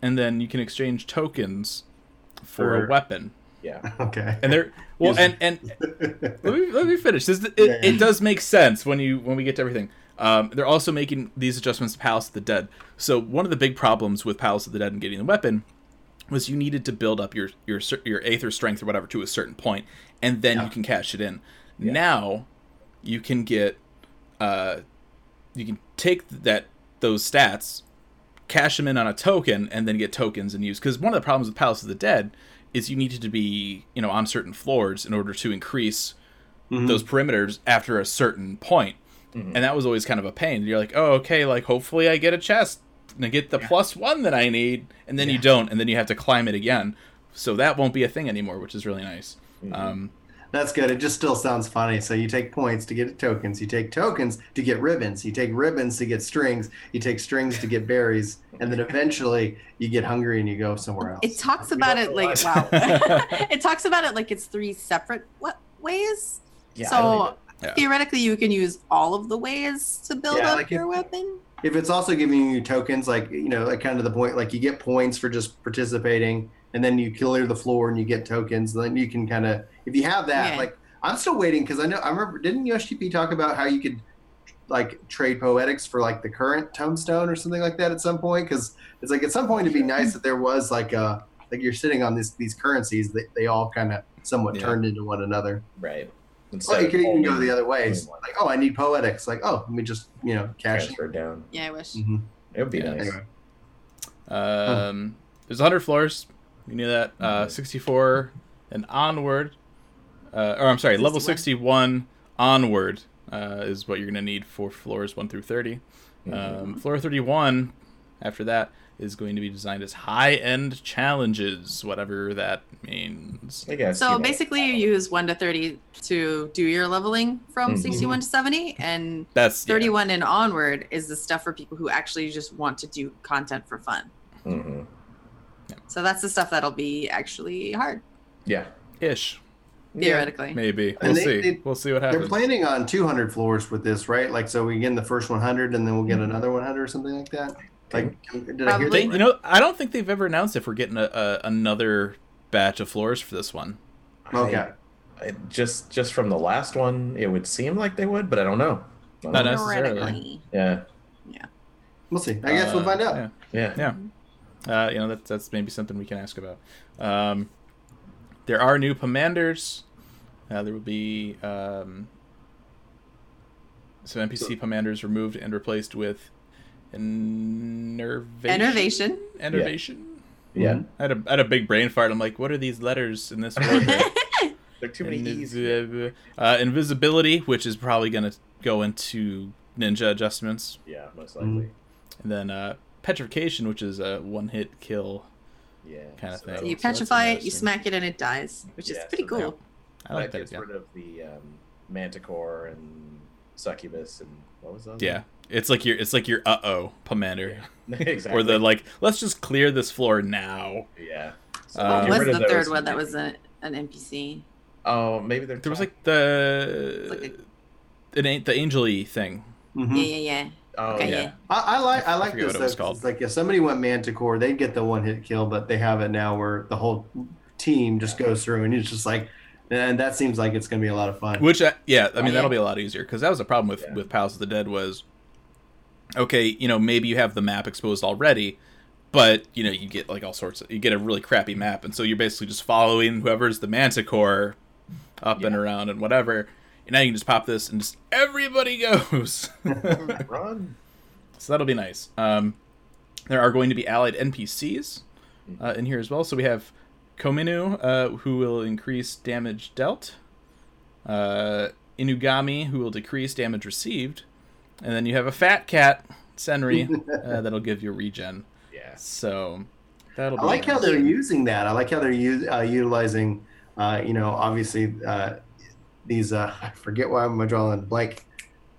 C: and then you can exchange tokens for, a
D: For-
C: weapon.
F: Yeah.
D: okay.
C: And there, well,
D: Yes.
C: and and let me let me finish. This, it,
D: Yeah, yeah.
C: it does make sense when you when we get to everything. Um, they're also making these adjustments to Palace of the Dead. So one of the big problems with Palace of the Dead and getting the weapon was you needed to build up your your cer- your eighth or strength or whatever to a certain point, and then you can cash it in. Now you can get uh, you can take that those stats, cash them in on a token, and then get tokens and use. Because one of the problems with Palace of the Dead is you needed to be you know on certain floors in order to increase those perimeters after a certain point. And that was always kind of a pain. You're like, oh, okay, like hopefully I get a chest and I get the plus one that I need, and then you don't, and then you have to climb it again. So that won't be a thing anymore, which is really nice.
F: Mm-hmm.
C: Um,
D: That's good. It just still sounds funny. So you take points to get tokens. You take tokens to get ribbons. You take ribbons to get strings. You take strings to get berries, and then eventually you get hungry and you go somewhere else.
E: It talks about it like wow. it talks about it like it's three separate what ways.
F: Yeah, I don't
E: so
C: Yeah.
E: theoretically, you can use all of the ways to build
D: Yeah,
E: up
D: like
E: your
D: if-
E: weapon.
D: if it's also giving you tokens, like you know, like kind of the point, like you get points for just participating, and then you clear the floor and you get tokens. Then you can kind of, if you have that,
E: Yeah.
D: like I'm still waiting because I know I remember didn't USGP talk about how you could like trade poetics for like the current tombstone or something like that at some point? Because it's like at some point it'd be nice that there was like a like you're sitting on this these currencies that they all kind of somewhat
C: Yeah.
D: turned into one another.
F: Right.
D: Well,
F: Instead
D: you
F: of
D: could even go
F: only
D: the other way. It's
F: only one.
D: Like oh, I need poetics. Like oh, let me just you know cash. it.
F: transfer down.
E: Yeah, I wish.
F: Mm-hmm.
D: Mhm.
F: It would be
C: Yeah.
F: nice.
D: Anyway.
C: Um, There's 100 floors. We knew that.
D: Mm-hmm.
C: Uh, 64 and onward. Uh, or I'm sorry, level 61 onward uh, is what you're going to need for floors 1 through 30.
F: Mm-hmm.
D: Mm-hmm.
C: Um, floor 31, after that, is going to be designed as high end challenges, whatever that means.
F: I guess.
E: So
F: you know,
E: basically, you use one to thirty to do your leveling from
F: Mhm.
E: sixty-one to seventy, and
C: That's yeah.
E: thirty-one and onward is the stuff for people who actually just want to do content for fun.
F: mhm.
E: So that's the stuff that'll be actually hard
F: Yeah.
C: ish.
E: theoretically.
C: Maybe we'll
D: And they-
C: see.
D: they-
C: we'll see what
D: They're
C: happens.
D: planning on 200 floors with this, right? Like, so we get in the first 100 and then we'll get another 100 or something like that. Like, did I hear
E: Probably.
C: They,
D: that?
C: you know, I don't think they've ever announced if we're getting a, a, another batch of floors for this one.
D: Okay.
F: I, I- just just from the last one, it would seem like they would, but I don't know. I don't
C: Not
F: know.
C: necessarily.
E: Theoretically.
F: Yeah,
D: We'll see. I guess we'll
C: Uh,
D: find out.
C: yeah.
F: yeah.
C: Yeah. Uh, you know, that's, that's maybe something we can ask about. Um, there are new commanders. Uh, there will be um, some NPC commanders removed and replaced with innervation.
E: Innovation.
C: Innervation?
F: Yeah.
D: Mm-hmm.
C: I, had a, I had a big brain fart. I'm like, what are these letters in this word?
F: There are too many E's.
C: Invis- uh, invisibility, which is probably going to go into ninja adjustments.
F: Yeah, most
D: Mm-hmm.
F: likely.
C: And then uh, petrification, which is a one hit kill.
F: Yeah.
C: Kinda
F: so
C: thing.
F: that-
E: you
C: so that's
E: petrify it, you
C: interesting.
E: smack it, and it dies, which is
F: Yeah,
E: pretty
F: so
E: cool.
F: now-
C: I like
F: that
C: that.
F: gets
C: Yeah.
F: rid of the um, Manticore and Succubus and what was that?
C: yeah. It's like your it's like your uh oh commander,
F: exactly.
C: or the like. Let's just clear this floor now.
F: yeah. So
C: Uh,
E: what
F: get
E: was
F: rid of
E: the third
F: those.
E: one that was a, an NPC?
F: Oh, maybe they're
C: There was
F: trying-
C: like the
E: Like
C: an an, the angely thing.
D: Mhm.
E: Yeah, yeah, yeah.
F: Mm-hmm. oh
E: Okay,
F: yeah.
E: yeah.
D: I, I like I like
C: forget
D: this.
C: what it
D: though,
C: was
D: 'cause
C: called.
D: it's Like if somebody went Manticore, they'd get the one hit kill, but they have it now where the whole team just goes through, and it's just like, and that seems like it's gonna be a lot of fun.
C: Which I, yeah, I mean
E: yeah.
C: that'll be a lot easier because that was a problem with
F: Yeah.
C: with Pals of the Dead was, okay, you know maybe you have the map exposed already, but you know you get like all sorts of you get a really crappy map, and so you're basically just following whoever's the Manticore, up and
F: Yeah.
C: around and whatever, and now you can just pop this and just everybody goes.
F: Run.
C: So that'll be nice. Um, there are going to be allied NPCs
D: Mm-hmm.
C: uh, in here as well. So we have Kominu, uh, who will increase damage dealt, uh, Inugami, who will decrease damage received, and then you have a fat cat, Senri, uh, that'll give you regen.
F: Yeah.
C: So that'll
D: I
C: be
D: like how
C: nice.
D: they're using that. I like how they're u- uh, utilizing, uh, you know, obviously uh, these. Uh, I forget why I'm drawing a blank.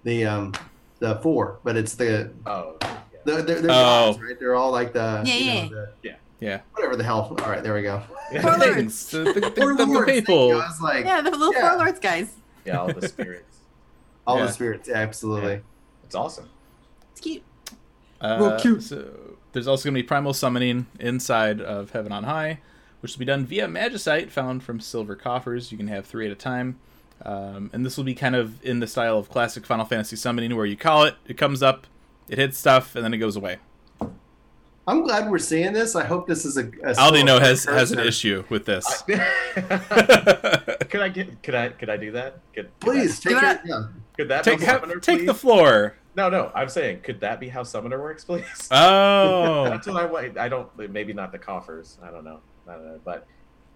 D: The um, the four, but it's the
F: Oh. Yeah.
D: they're, they're, they're
C: Oh.
D: dogs, right? They're all like the
E: Yeah,
D: you know,
E: yeah.
D: the-
C: Yeah.
D: whatever the hell. All right, there we go.
C: The
E: Warlords.
C: things, the, the, the,
D: Four
C: the
D: lords, thank you.
C: people.
D: I was like
E: Yeah, the little
D: Yeah.
E: four lords guys.
F: yeah, all the spirits.
D: all
C: Yeah.
D: the spirits, yeah, absolutely.
F: It's awesome.
E: It's cute.
C: Uh,
D: Real cute.
C: So there's also going to be primal summoning inside of Heaven on High, which will be done via magicite found from silver coffers. You can have three at a time, um, and this will be kind of in the style of classic Final Fantasy summoning, where you call it, it comes up, it hits stuff, and then it goes away.
D: I'm glad we're seeing this. I hope this is a. a
C: Aldino has has an
D: precursor.
C: issue with this.
F: could
C: take
F: I get? Could I? Could I do that? Could, could
D: Please
E: Do
D: take
E: it
D: it.
E: up.
D: Yeah.
F: That, could that be
C: ha-
F: summoner,
C: take the
F: please?
C: floor.
F: no, no. I'm saying, could that be how summoner works, please?
C: Oh,
F: That's what I want. I don't. Maybe not the coffers. I don't know. I don't know. But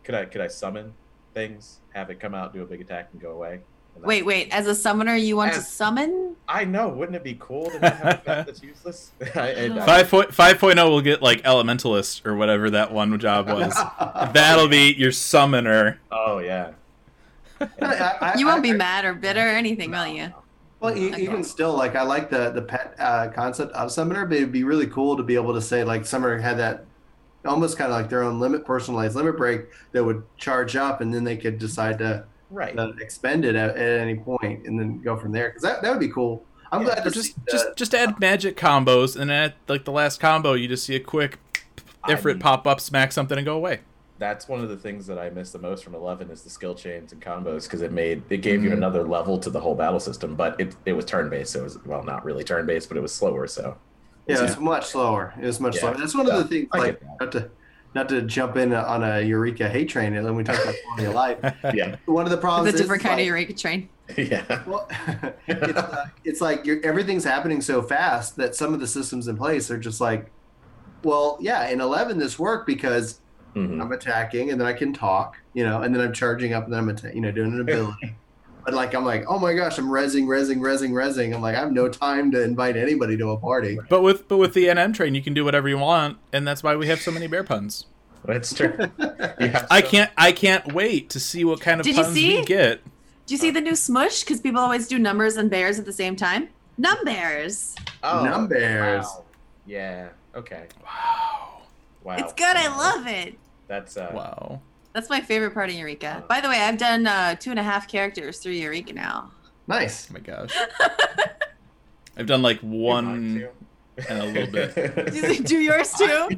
F: could I? Could I summon things? Have it come out, do a big attack, and go away? And
E: Wait, wait. As a summoner, you want to
F: As-
E: summon?
F: I know. Wouldn't it be cool to not have a pet that's useless? I- and I-
C: five point five point oh will get like elementalist or whatever that one job was. That'll be your summoner.
F: oh yeah.
D: I- I-
E: You won't be
D: I-
E: mad or bitter or anything, will you?
D: Well, e-
E: Okay.
D: even still, like I like the the pet uh, concept of Summoner, but it'd be really cool to be able to say like Summoner had that almost kind of like their own limit, personalized limit break that would charge up, and then they could decide to
F: Right.
D: uh, expend it at, at any point, and then go from there. Because that, that would be cool. I'm
F: Yeah,
D: glad
C: Or
D: to
C: just
D: see the-
C: just just add magic combos, and at like the last combo, you just see a quick
F: I
C: effort
F: mean-
C: pop up, smack something, and go away.
F: that's one of the things that I miss the most from Eleven is the skill chains and combos because it made it gave
C: Mm-hmm.
F: you another level to the whole battle system, but it, it was turn based, so it was well not really turn based, but it was slower. So
D: Yeah, it's much slower. It was much
F: Yeah.
D: slower. That's one
F: Yeah,
D: of the things.
F: I
D: Like
F: get that.
D: not to not to jump in on a Eureka hate train, and then we talk about quality of life.
F: yeah,
D: One of the problems
E: It's a
D: is,
E: different
D: is,
E: kind
D: like,
E: of Eureka train.
F: yeah,
D: Well, it's, uh, it's like you're, everything's happening so fast that some of the systems in place are just like, well, yeah, in 11 this worked because
F: Mhm.
D: I'm attacking and then I can talk, you know, and then I'm charging up and then I'm, atta- you know, doing an ability. but like, I'm like, oh my gosh, I'm rezzing, rezzing, rezzing, rezzing. I'm like, I have no time to invite anybody to a party.
C: But with but with the NM train, you can do whatever you want, and that's why we have so many bear puns.
F: that's true. You have
C: I
F: so-
C: can't I can't wait to see what kind of
E: Did you
C: puns
E: see?
C: we get.
E: Do you see the new smush? Because people always do numbers and bears at the same time. Numbears.
F: oh,
D: Numbers.
F: wow. Yeah. Okay.
C: Wow,
F: Wow.
E: It's good. I love it.
F: That's uh,
C: wow. Oh
E: That's my favorite part of Eureka. By the way, I've done uh, two and a half characters through Eureka now.
D: Nice.
C: Oh my gosh. I've done like
F: you want
C: one
F: to?
C: and a little bit.
E: Do yours too?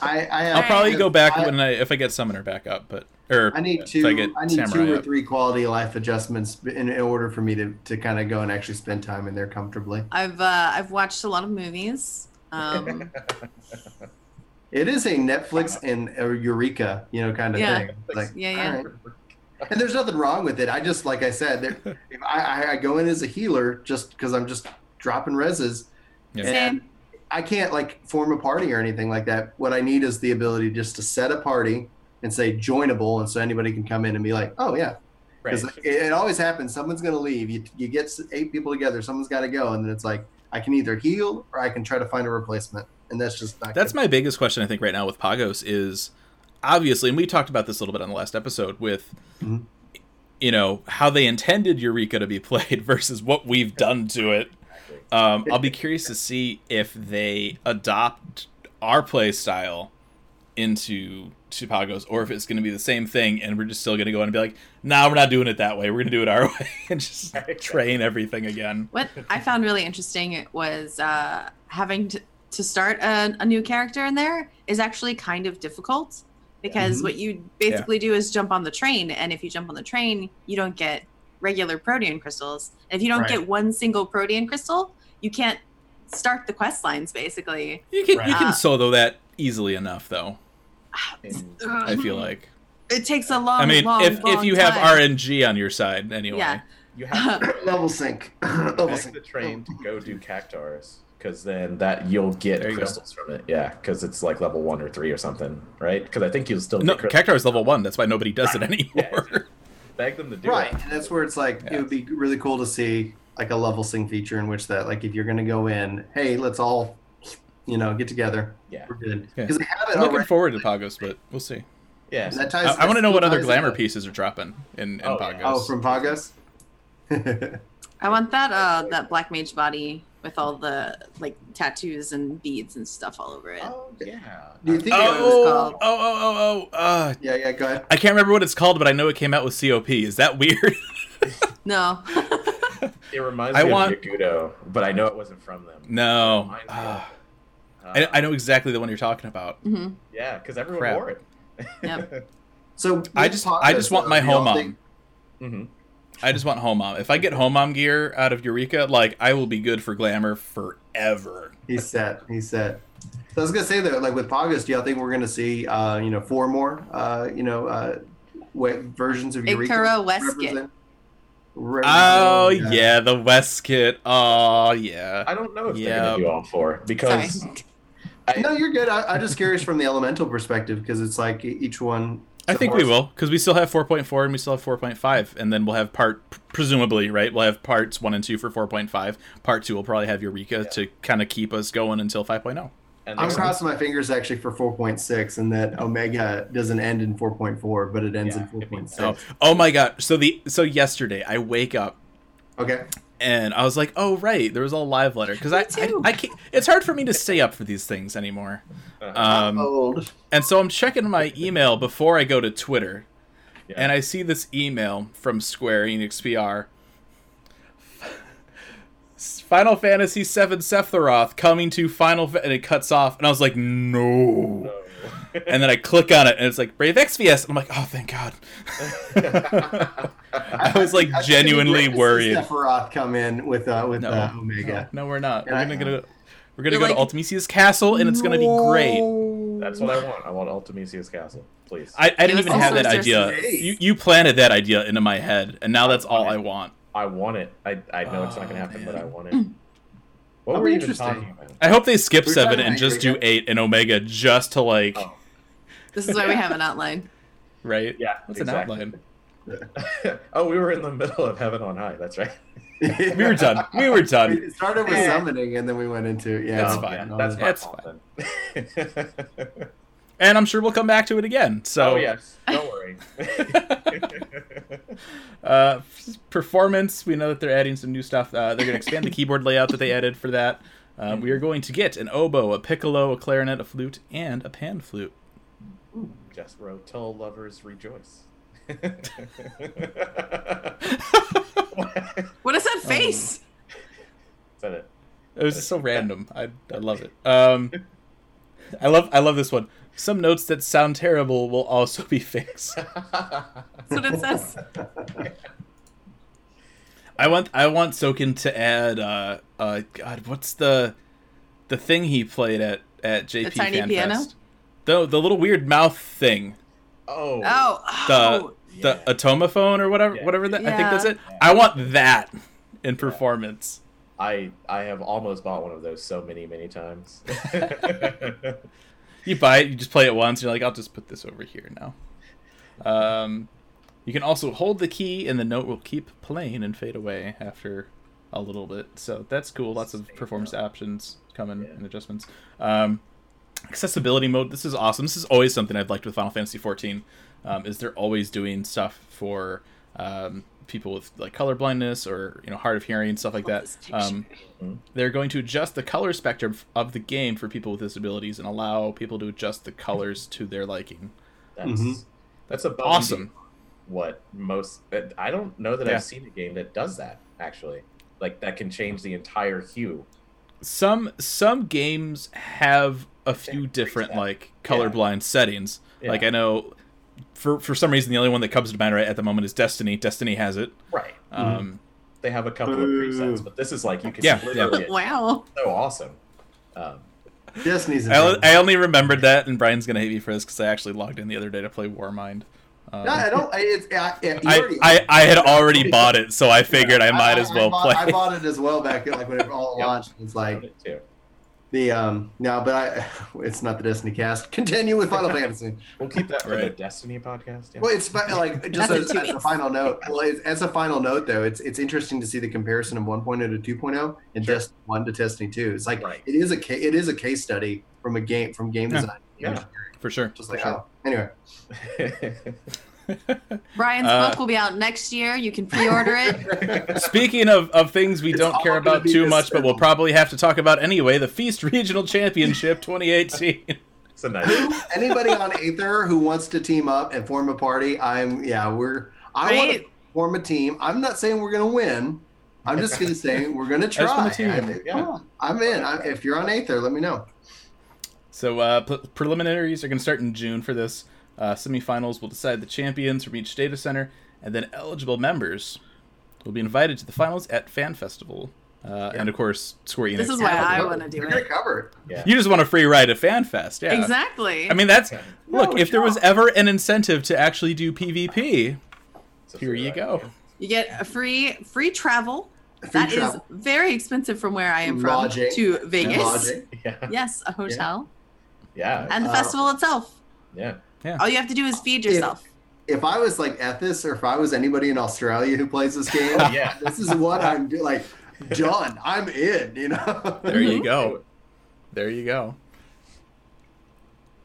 D: I, I
C: I'll
D: have,
C: probably go back
D: I-
C: when I if I get Summoner back up, but or
D: I need
C: if
D: two.
C: I
D: I,
C: get
D: need
C: Samurai
D: two or
C: up.
D: three quality of life adjustments b- in, in order for me to, to kind of go and actually spend time in there comfortably.
E: I've uh, I've watched a lot of movies. Um,
D: It is a Netflix and a Eureka, you know, kind of
E: Yeah.
D: thing. Like,
E: Yeah, yeah.
D: all right. And there's nothing wrong with it. I just, like I said, there, if I, I, I go in as a healer just because I'm just dropping reses.
C: Yeah.
D: And
E: Same.
D: I can't like form a party or anything like that. What I need is the ability just to set a party and say joinable, and so anybody can come in and be like, oh yeah,
F: Right.
D: Because it, it always happens. Someone's going to leave. You, you get s- eight people together. Someone's got to go, and then it's like I can either heal or I can try to find a replacement, and that's just not.
C: That's
D: good.
C: my biggest question I think right now with Pagos is obviously, and we talked about this a little bit on the last episode with
D: Mhm.
C: you know how they intended Eureka to be played versus what we've done to it. Um, I'll be curious to see if they adopt our play style into to Pagos or if it's going to be the same thing and we're just still going to go in and be like, nah, we're not doing it that way. We're going to do it our way and just train everything again.
E: what I found really interesting was uh, having to, to start a, a new character in there is actually kind of difficult because
C: Mm-hmm.
D: Mhm.
E: what you basically do is jump on the train, and if you jump on the train, you don't get regular protean crystals. And if you don't
D: Right.
E: get one single protean crystal, you can't start the quest lines basically.
C: You can you
E: Right.
C: can solo that easily enough though. I feel
E: Mm-hmm.
C: like
E: it takes a long.
C: I mean,
E: long,
C: if if
E: long
C: you have
E: time.
C: RNG on your side, anyway.
E: Yeah.
F: you have to
D: level sync. level
F: back
D: sync.
F: the train to go do cactars because then that you'll get
C: There you go.
F: crystals from it. Yeah, because it's like level one or three or something, right? Because I think you'll still
C: No,
F: get crystals.
C: Cactar is level one. That's why nobody does it anymore.
F: Beg them to do
D: Right,
F: it.
D: and that's where it's like
C: Yeah.
D: it would be really cool to see like a level sync feature in which that like if you're going to go in, hey, let's all you know get together.
F: Yeah.
D: We're good
C: Yeah.
D: because they have it
C: I'm looking
D: already.
C: forward to Pagos, but we'll see.
F: Yeah.
D: That
C: I,
D: ties,
C: I want to know what other glamour
D: pieces.
C: pieces are dropping in, in
F: Oh,
C: Pagos.
F: yeah.
D: Oh, from Pagos.
E: I want that uh that black mage body with all the like tattoos and beads and stuff all over it.
F: Oh, yeah.
D: Do you think? it was-
E: was
C: oh,
E: called.
C: oh, oh, oh, oh. Uh,
D: yeah, yeah. Go ahead.
C: I can't remember what it's called, but I know it came out with COP. Is that weird?
E: No,
F: It reminds
C: I
F: me
C: want-
F: of Yakudo, but I know it wasn't from them. It
C: no.
F: reminds me of
C: Ah,
F: it.
C: I,
F: Uh,
C: I know exactly the one you're talking about.
E: Mhm.
F: Um, Yeah, because everyone
C: Crap.
F: wore it.
E: Yep.
D: So
C: I
D: with
C: just I just want my
D: do y'all
C: home
D: think-
C: mom.
F: hmm
C: I just want home mom. If I get home mom gear out of Eureka, like I will be good for glamour forever.
D: He's set. He's set. So I was gonna say though, like with Pagos, do y'all think we're gonna see, uh, you know, four more, uh, you know, uh, wet versions of Eureka?
E: Ikaro Weskit.
D: represent- represent-
C: Oh yeah. the West kit. Oh yeah.
F: I don't know if they're
C: Yeah.
F: going to do all four because
E: Sorry.
D: No, you're good. I, I'm just curious from the elemental perspective because it's like e- each one.
C: I think we will because we still have 4.4 and we still have 4.5, and then we'll have part pr- presumably right. We'll have parts one and two for 4.5. Part two will probably have Eureka to kind of keep us going until oh. 5.0.
F: and
D: I'm
F: they're-
D: crossing my fingers actually for 4.6 and that Omega doesn't end in 4.4, but it ends
F: Yeah,
D: in
F: it means
D: 4.6.
C: Oh, oh my god! So the so yesterday I wake up oh.
D: Okay.
C: and I was like, oh right, there was a live letter because I, I
E: too.
C: I can't. It's hard for me to stay up for these things anymore.
F: Uh-huh.
C: Um,
D: Old.
C: And so I'm checking my email before I go to Twitter,
F: Yeah.
C: and I see this email from Square Enix PR. Final Fantasy VII Sephiroth coming to Final, Fa-, and it cuts off, and I was like, no.
F: So-
C: And then I click on it, and it's like Brave XVS. and I'm like, oh, thank God. I was
D: I think it'd
C: like
D: be great
C: genuinely
D: to see
C: worried.
D: Sephiroth come in with uh, with
C: No.
D: uh, Omega.
C: No, we're not. We're
D: Yeah,
C: gonna
D: I
C: go. We're gonna
E: You're
C: go
E: like,
C: to Ultimisia's castle, and it's gonna be great.
F: That's what I want. I want Ultimisia's castle, please. I,
C: I, I didn't
E: was
C: even
E: all
C: have that
E: sorts of
C: idea.
D: space.
C: You, you planted that idea into my head, and now that's all I want.
F: want it. I, I know it's not going
C: Oh,
F: to happen, but
C: man.
F: I want it. What
D: That'd
F: were
D: be
F: you even
D: interesting.
F: talking about?
C: I hope they skip
D: We're
C: seven
D: talking
C: and
D: about
C: just do
D: Eureka.
C: eight and Omega just to like
F: Oh.
E: This is why we have an outline.
C: right.
F: Yeah,
C: What's
F: exactly.
C: an outline?
F: oh, we were in the middle of Heaven on High. That's right.
C: We were done. We were done.
D: We started with
F: Yeah.
D: summoning and then we went into yeah.
C: Um, That's
D: okay,
C: fine.
D: no,
F: That's my
C: That's
F: fault
C: Oh, fine.
F: then.
C: And I'm sure we'll come back to it again. So
F: oh yes, don't worry.
C: uh, performance. We know that they're adding some new stuff. Uh, they're going to expand the keyboard layout that they added for that. Uh,
F: Mm-hmm.
C: we are going to get an oboe, a piccolo, a clarinet, a flute, and a pan flute.
F: Just Rotel lovers rejoice.
C: Um,
E: What is that face?
F: Said it.
C: It was so random. I I love it. Um, I love I love this one. Some notes that sound terrible will also be fixed.
E: That's what it says.
C: I want I want Sokin to add uh uh God what's the the thing he played at at JP
E: tiny
C: FanFest?
E: piano?
C: The the little weird mouth thing.
F: oh,
E: Oh, oh.
C: The uh,
F: yeah.
C: atomophone or whatever
F: Yeah.
C: whatever that I think that's
E: Yeah.
C: it. I want that in performance.
F: I I have almost bought one of those so many many times.
C: You buy it, you just play it once, you're like, I'll just put this over here now. Um you can also hold the key and the note will keep playing and fade away after a little bit. So that's cool. Lots of performance options coming
F: Yeah.
C: and adjustments. Um accessibility mode this is awesome this is always something i've liked with final fantasy 14 um, is they're always doing stuff for um, people with like color blindness or you know hard of hearing stuff like that
E: This
C: um, they're going to adjust the color spectrum f- of the game for people with disabilities and allow people to adjust the colors to their liking
F: That's
D: Mhm.
F: that's a
C: awesome
F: What most uh, I don't know that
C: Yeah.
F: I've seen a game that does that actually. Like that can change the entire hue.
C: some some games have a few different like colorblind settings
F: Yeah.
C: like i know for for some reason the only one that comes to mind right at the moment is destiny destiny has it
F: Right.
D: Mm-hmm.
C: um,
F: They have a couple
D: Boo.
F: of presets, but this is like you can
C: Yeah,
F: literally it's
E: Wow.
F: so awesome. Um,
D: Destiny's.
C: I,
D: I,
C: o- I only remembered that, and Brian's gonna hate me for this because I actually logged in the other day to play Warmind. Um,
D: no, I don't. I, it's, I, I, you
C: I,
D: already-
C: I I had already bought it, so I figured I might as well
D: bought,
C: play.
D: I bought it as well back at, like when it all
F: Yep.
D: launched. It's like
F: it too.
D: The um no, but I it's not the Destiny cast. Continue with Final Fantasy.
F: We'll keep that for the
C: Right.
F: Destiny podcast. Yeah.
D: Well, it's fi- like just
E: That's
D: as,
E: in two
D: as a
E: weeks.
D: final note. Well, it's, as a final note though, it's it's interesting to see the comparison of 1.0 to 2.0 and
F: Sure.
D: Destiny 1 to Destiny 2. It's like
F: Right.
D: it is a ca- it is a case study from a game from game
C: Yeah.
D: design.
F: Yeah.
C: For sure.
D: Just like oh, anyway,
E: Brian's
C: Uh,
E: book will be out next year. You can pre-order it.
C: Speaking of, of things we
D: It's
C: don't
D: all
C: care
D: gonna
C: about
D: be
C: too
D: this
C: much, but we'll
D: simple.
C: probably have to talk about anyway, the Feast Regional Championship 2018.
F: it's a nice.
D: anybody on Aether who wants to team up and form a party, I'm yeah, we're I want to
E: Right.
D: form a team. I'm not saying we're gonna win. I'm just gonna say we're gonna
C: form
D: try.
C: a team.
D: I'm,
F: Yeah.
D: come on. I'm in. I'm, if you're on Aether, let me know.
C: So uh, pre- preliminaries are going to start in June for this. Uh, semifinals will decide the champions from each data center, and then eligible members will be invited to the finals at Fan Festival. Uh, And of course, Square Enix.
E: This is why I
D: Yeah.
E: want to do
D: You're gonna
E: it.
D: cover it.
F: Yeah.
C: You just want a free ride at Fan Fest, yeah.
E: Exactly.
C: I mean, that's
F: Yeah.
C: look.
D: No,
C: if there
D: sure.
C: was ever an incentive to actually do PvP,
F: It's a
C: here
F: free
C: you
F: ride.
C: go.
E: you get a free free travel.
D: Free
E: That is
D: travel.
E: very expensive from where I am from
D: Lodging.
E: to
D: and
E: Vegas.
D: lodging.
F: Yeah.
E: Yes, a hotel
F: Yeah.
E: and the
D: Uh,
E: festival itself.
F: Yeah.
E: All you have to do is feed
D: If-
E: yourself.
D: If I was like Ethis, or if I was anybody in Australia who plays this game,
F: Yeah.
D: this is what I'm do- like. Done. I'm in. You know.
C: There
E: Mm-hmm.
C: you go. There you go.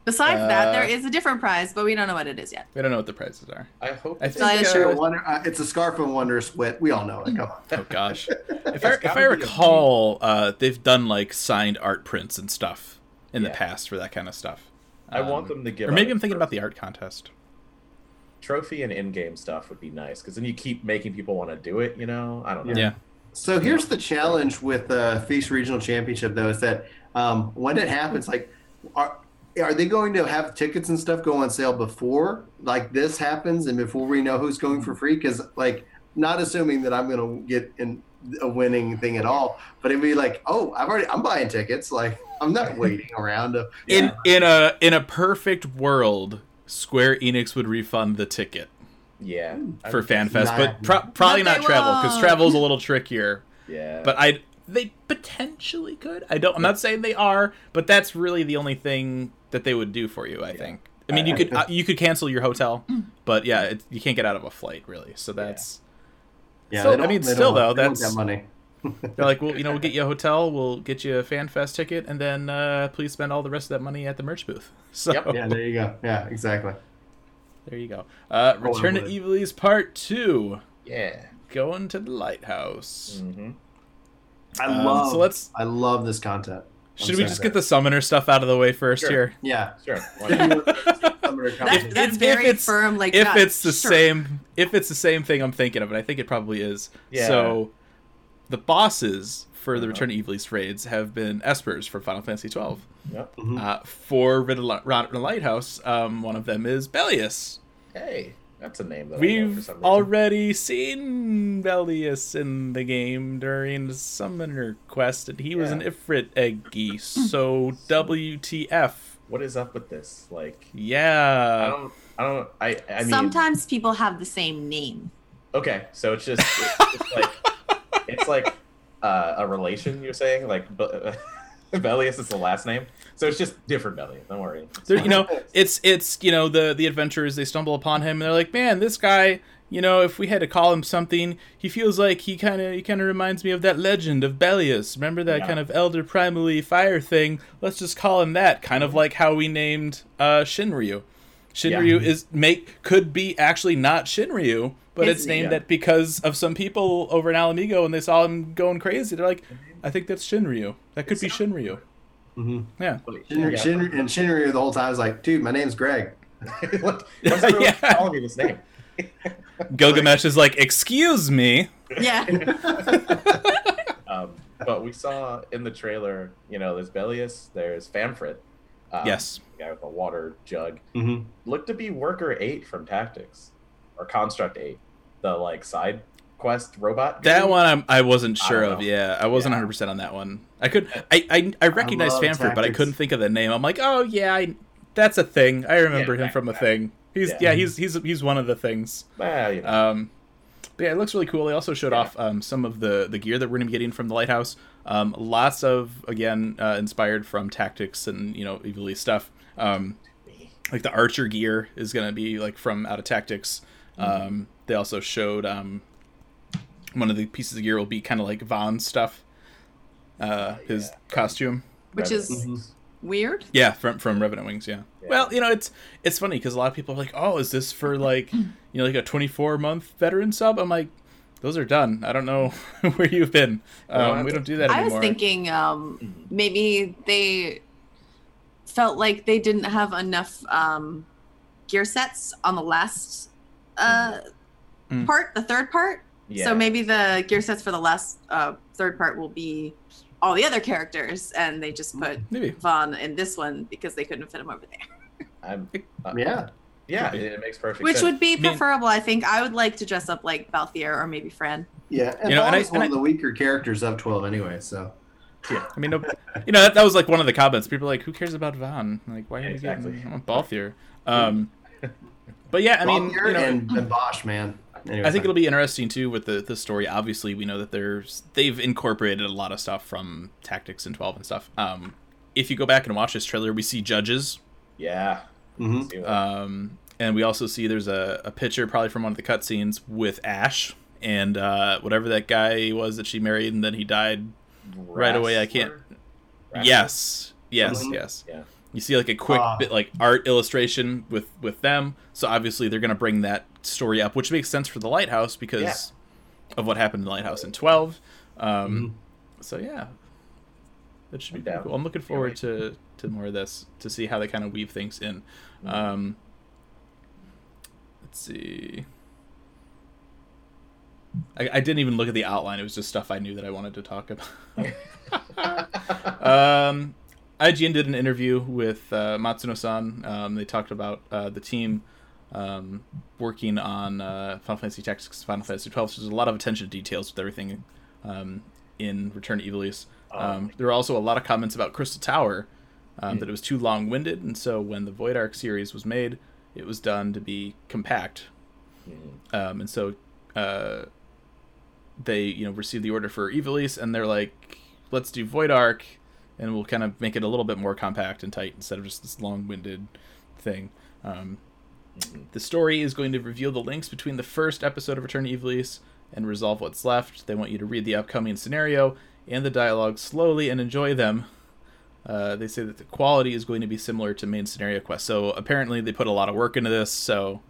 E: Besides that,
C: uh,
E: there is a different prize, but we don't know what it is yet.
C: We don't know what the prizes are.
F: I hope
C: I
F: it's
E: Not
C: think.
E: sure.
C: uh,
D: A wonder- uh, it's a scarf and wondrous wit. We all know it. Come on.
C: oh gosh. If I
F: It's
C: if
F: gotta
C: I
F: be a
C: recall, uh, they've done like signed art prints and stuff in the
F: Yeah.
C: past for that kind of stuff.
F: I want
C: Um,
F: them to give.
C: Or maybe
F: out
C: I'm thinking
F: a
C: about the art contest.
F: trophy and in-game stuff would be nice because then you keep making people want to do it. You know, I don't know.
C: Yeah.
D: So here's the challenge with the Feast Regional Championship, though, is that um, when it happens, like, are are they going to have tickets and stuff go on sale before like this happens and before we know who's going for free? Because like, not assuming that I'm going to get in a winning thing at all, but it'd be like, oh, I've already I'm buying tickets. Like, I'm not waiting around. To,
C: In in a in a perfect world, Square Enix would refund the ticket
F: Yeah. I
C: for
F: would guess-
C: FanFest, but
D: Nah.
C: pro- probably
E: But they
C: not travel because
E: won't.
C: travel's a little trickier.
F: Yeah.
C: But I they potentially could. I don't. I'm not saying they are, but that's really the only thing that they would do for you. I think. I mean, you could uh, you could cancel your hotel, but yeah, it, you can't get out of a flight really. So that's
D: they
C: Still-
D: don't-
C: I mean,
D: they don't
C: still,
D: want-
C: though,
D: they want
C: that's-
D: that money.
C: they're like, well, you know, we'll get you a hotel, we'll get you a fan fest ticket, and then uh, please spend all the rest of that money at the merch booth. So
F: Yep.
D: Yeah, there you go. Yeah, exactly.
C: there you go. Uh,
D: I
C: Return to
D: would.
C: Evil East Part Two,
F: yeah.
C: going to the lighthouse.
F: Mm-hmm.
D: I
C: Um,
D: love.
C: So let's.
D: I love this content. I'm
C: Should
D: so
C: we just
D: excited.
C: get the summoner stuff out of the way first
F: Sure.
C: here?
D: Yeah.
F: Sure. Why not?
E: That,
D: That's
C: if-
E: that's
C: if
E: very
C: it's-
E: firm. Like
C: if
E: God,
C: it's the
E: sure.
C: same if it's the same thing I'm thinking of, and I think it probably is.
F: Yeah.
C: So the bosses for
F: Uh-huh.
C: the Return of Evil East raids have been espers for Final Fantasy twelve.
F: Yep.
C: Uh, for Riddle- Rotten Lighthouse, um, one of them is Bellius.
F: Hey, that's a name that I know Oh, for
C: We've
F: some reason.
C: already seen Bellius in the game during the Summoner Quest, and he was
F: Yeah.
C: an Ifrit Eggy. So WTF?
F: What is up with this? Like, I
C: Yeah.
F: don't, I don't, I, I mean,
E: Sometimes people have the same name.
F: okay, so it's just, it's, it's like, it's like uh, a relation. You're saying like, Be- Bellius is the last name, so it's just different Bellius. Don't worry. It's
C: They're- You know,
F: fine.
C: it's it's you know the the adventurers they stumble upon him and they're like, man, this guy. You know, if we had to call him something, he feels like he kind of he kind of reminds me of that legend of Bellius. Remember that
F: Yeah.
C: kind of elder primally fire thing? Let's just call him that. Kind of like how we named uh, Shinryu. Shinryu is make could be actually not Shinryu, but
E: Is
C: it's
E: it?
C: named
F: Yeah.
C: that because of some people over in Alamigo and they saw him going crazy. They're like, I think that's Shinryu. That could be Shinryu.
D: Mhm.
C: Yeah.
D: Shinri,
F: Yeah.
D: Shinri, and Shinryu the whole time is like, dude, my name's Greg.
F: What- what's everyone
C: Yeah.
F: calling me this name?
C: Gilgamesh is like, excuse me.
E: Yeah.
F: Um, but we saw in the trailer, you know, there's Bellius, there's Famfrit. Um,
C: Yes.
F: the guy with the water jug.
D: Mm-hmm.
F: Looked to be Worker 8 from Tactics, or Construct 8, the like side quest robot.
C: That
F: dude.
C: one I'm, I wasn't
F: I
C: sure
F: don't
C: of.
F: know.
C: Yeah, I wasn't
F: Yeah.
C: 100% on that one. I could I I, I recognized
D: love
C: Fanford, but I
D: tactics.
C: couldn't think of the name. I'm like, "Oh yeah, I, that's a thing. I remember
F: Yeah,
C: him from a
F: that-
C: thing." He's
F: yeah.
C: yeah. he's he's he's one of the things.
F: Well, you know,
C: Um but yeah, it looks really cool. They also showed
F: Yeah.
C: off um, some of the the gear that we're going to be getting from the lighthouse. Um, lots of again uh, inspired from tactics and, you know, Evil East stuff. Um, like the archer gear is going to be like from out of tactics um, they also showed um, one of the pieces of gear will be kind of like Von stuff uh, his
F: yeah.
C: costume
E: Which
F: Revenant
E: is-
F: Wings.
E: Weird.
C: yeah from from revenant wings yeah,
F: Yeah.
C: well you know it's it's funny because a lot of people are like oh is this for like you know like a 24 month veteran sub i'm like those are done i don't know where you've been
F: Well,
C: um, we
F: I-
C: don't do that
E: I was
C: anymore
E: thinking um,
F: Mm-hmm.
E: maybe they felt like they didn't have enough um, gear sets on the last uh,
C: Mm.
E: part, the third part.
F: Mm-hmm. Yeah.
E: So maybe the gear sets for the last uh, third part will be all the other characters, and they just put
F: Mm-hmm.
C: maybe
E: Vaughn in this one because they couldn't fit him over there,
F: I'm,
D: Um, Yeah.
F: yeah,
C: Could be.
F: it, it makes perfect
E: which
F: sense.
E: would be
C: mean-
E: preferable. I think I would like to dress up like Balthier or maybe Fran.
D: Yeah. And
C: You know, and I-
D: Bond's
C: and
D: one
C: I-
D: of the weaker characters of 12 anyway, so.
C: I mean, no, you know, that, that was like one of the comments. People were like, who cares about Van? Like, why are
F: Yeah,
C: you
F: exactly.
C: getting I'm Balthier? Um, but yeah, I mean,
D: Bondure
C: you know,
D: and, and Bosch, man. Anyway,
C: I think it'll be interesting too with the the story. Obviously, we know that there's they've incorporated a lot of stuff from Tactics and Twelve and stuff. Um, if you go back and watch this trailer, we see judges,
F: Yeah.
D: Mhm.
F: See what-
C: um, and we also see there's a, a picture probably from one of the cutscenes with Ash and uh, whatever that guy was that she married, and then he died right away, I can't-
F: Wrestler? Wrestler?
C: Yes, yes,
D: Mhm.
C: yes.
F: Mm-hmm. Yeah.
C: You see like a quick
D: Ah.
C: bit like art illustration with with them. So obviously they're gonna bring that story up, which makes sense for the lighthouse because of what happened in the lighthouse in twelve. Um, So yeah, that should be
F: I'm
C: pretty
F: down.
C: cool. I'm looking forward to to more of this to see how they kind of weave things in.
F: Mm-hmm.
C: Um, let's see. I, I didn't even look at the outline. It was just stuff I knew that I wanted to talk about. um, IGN did an interview with uh, Matsuno-san. Um, they talked about uh, the team um, working on uh, Final Fantasy Tactics, Final Fantasy Twelve. So there's a lot of attention to details with everything um, in Return to Ivalice. Um, there were also a lot of comments about Crystal Tower um, that it was too long-winded, and so when the Void Arc series was made, it was done to be compact
F: Mhm.
C: um, and so uh, they you know received the order for Evilis, and they're like, let's do Void Arc, and we'll kind of make it a little bit more compact and tight instead of just this long-winded thing. Um, The story is going to reveal the links between the first episode of Return to Evilis and resolve what's left. They want you to read the upcoming scenario and the dialogue slowly and enjoy them. Uh, they say that the quality is going to be similar to main scenario quest. So apparently they put a lot of work into this. So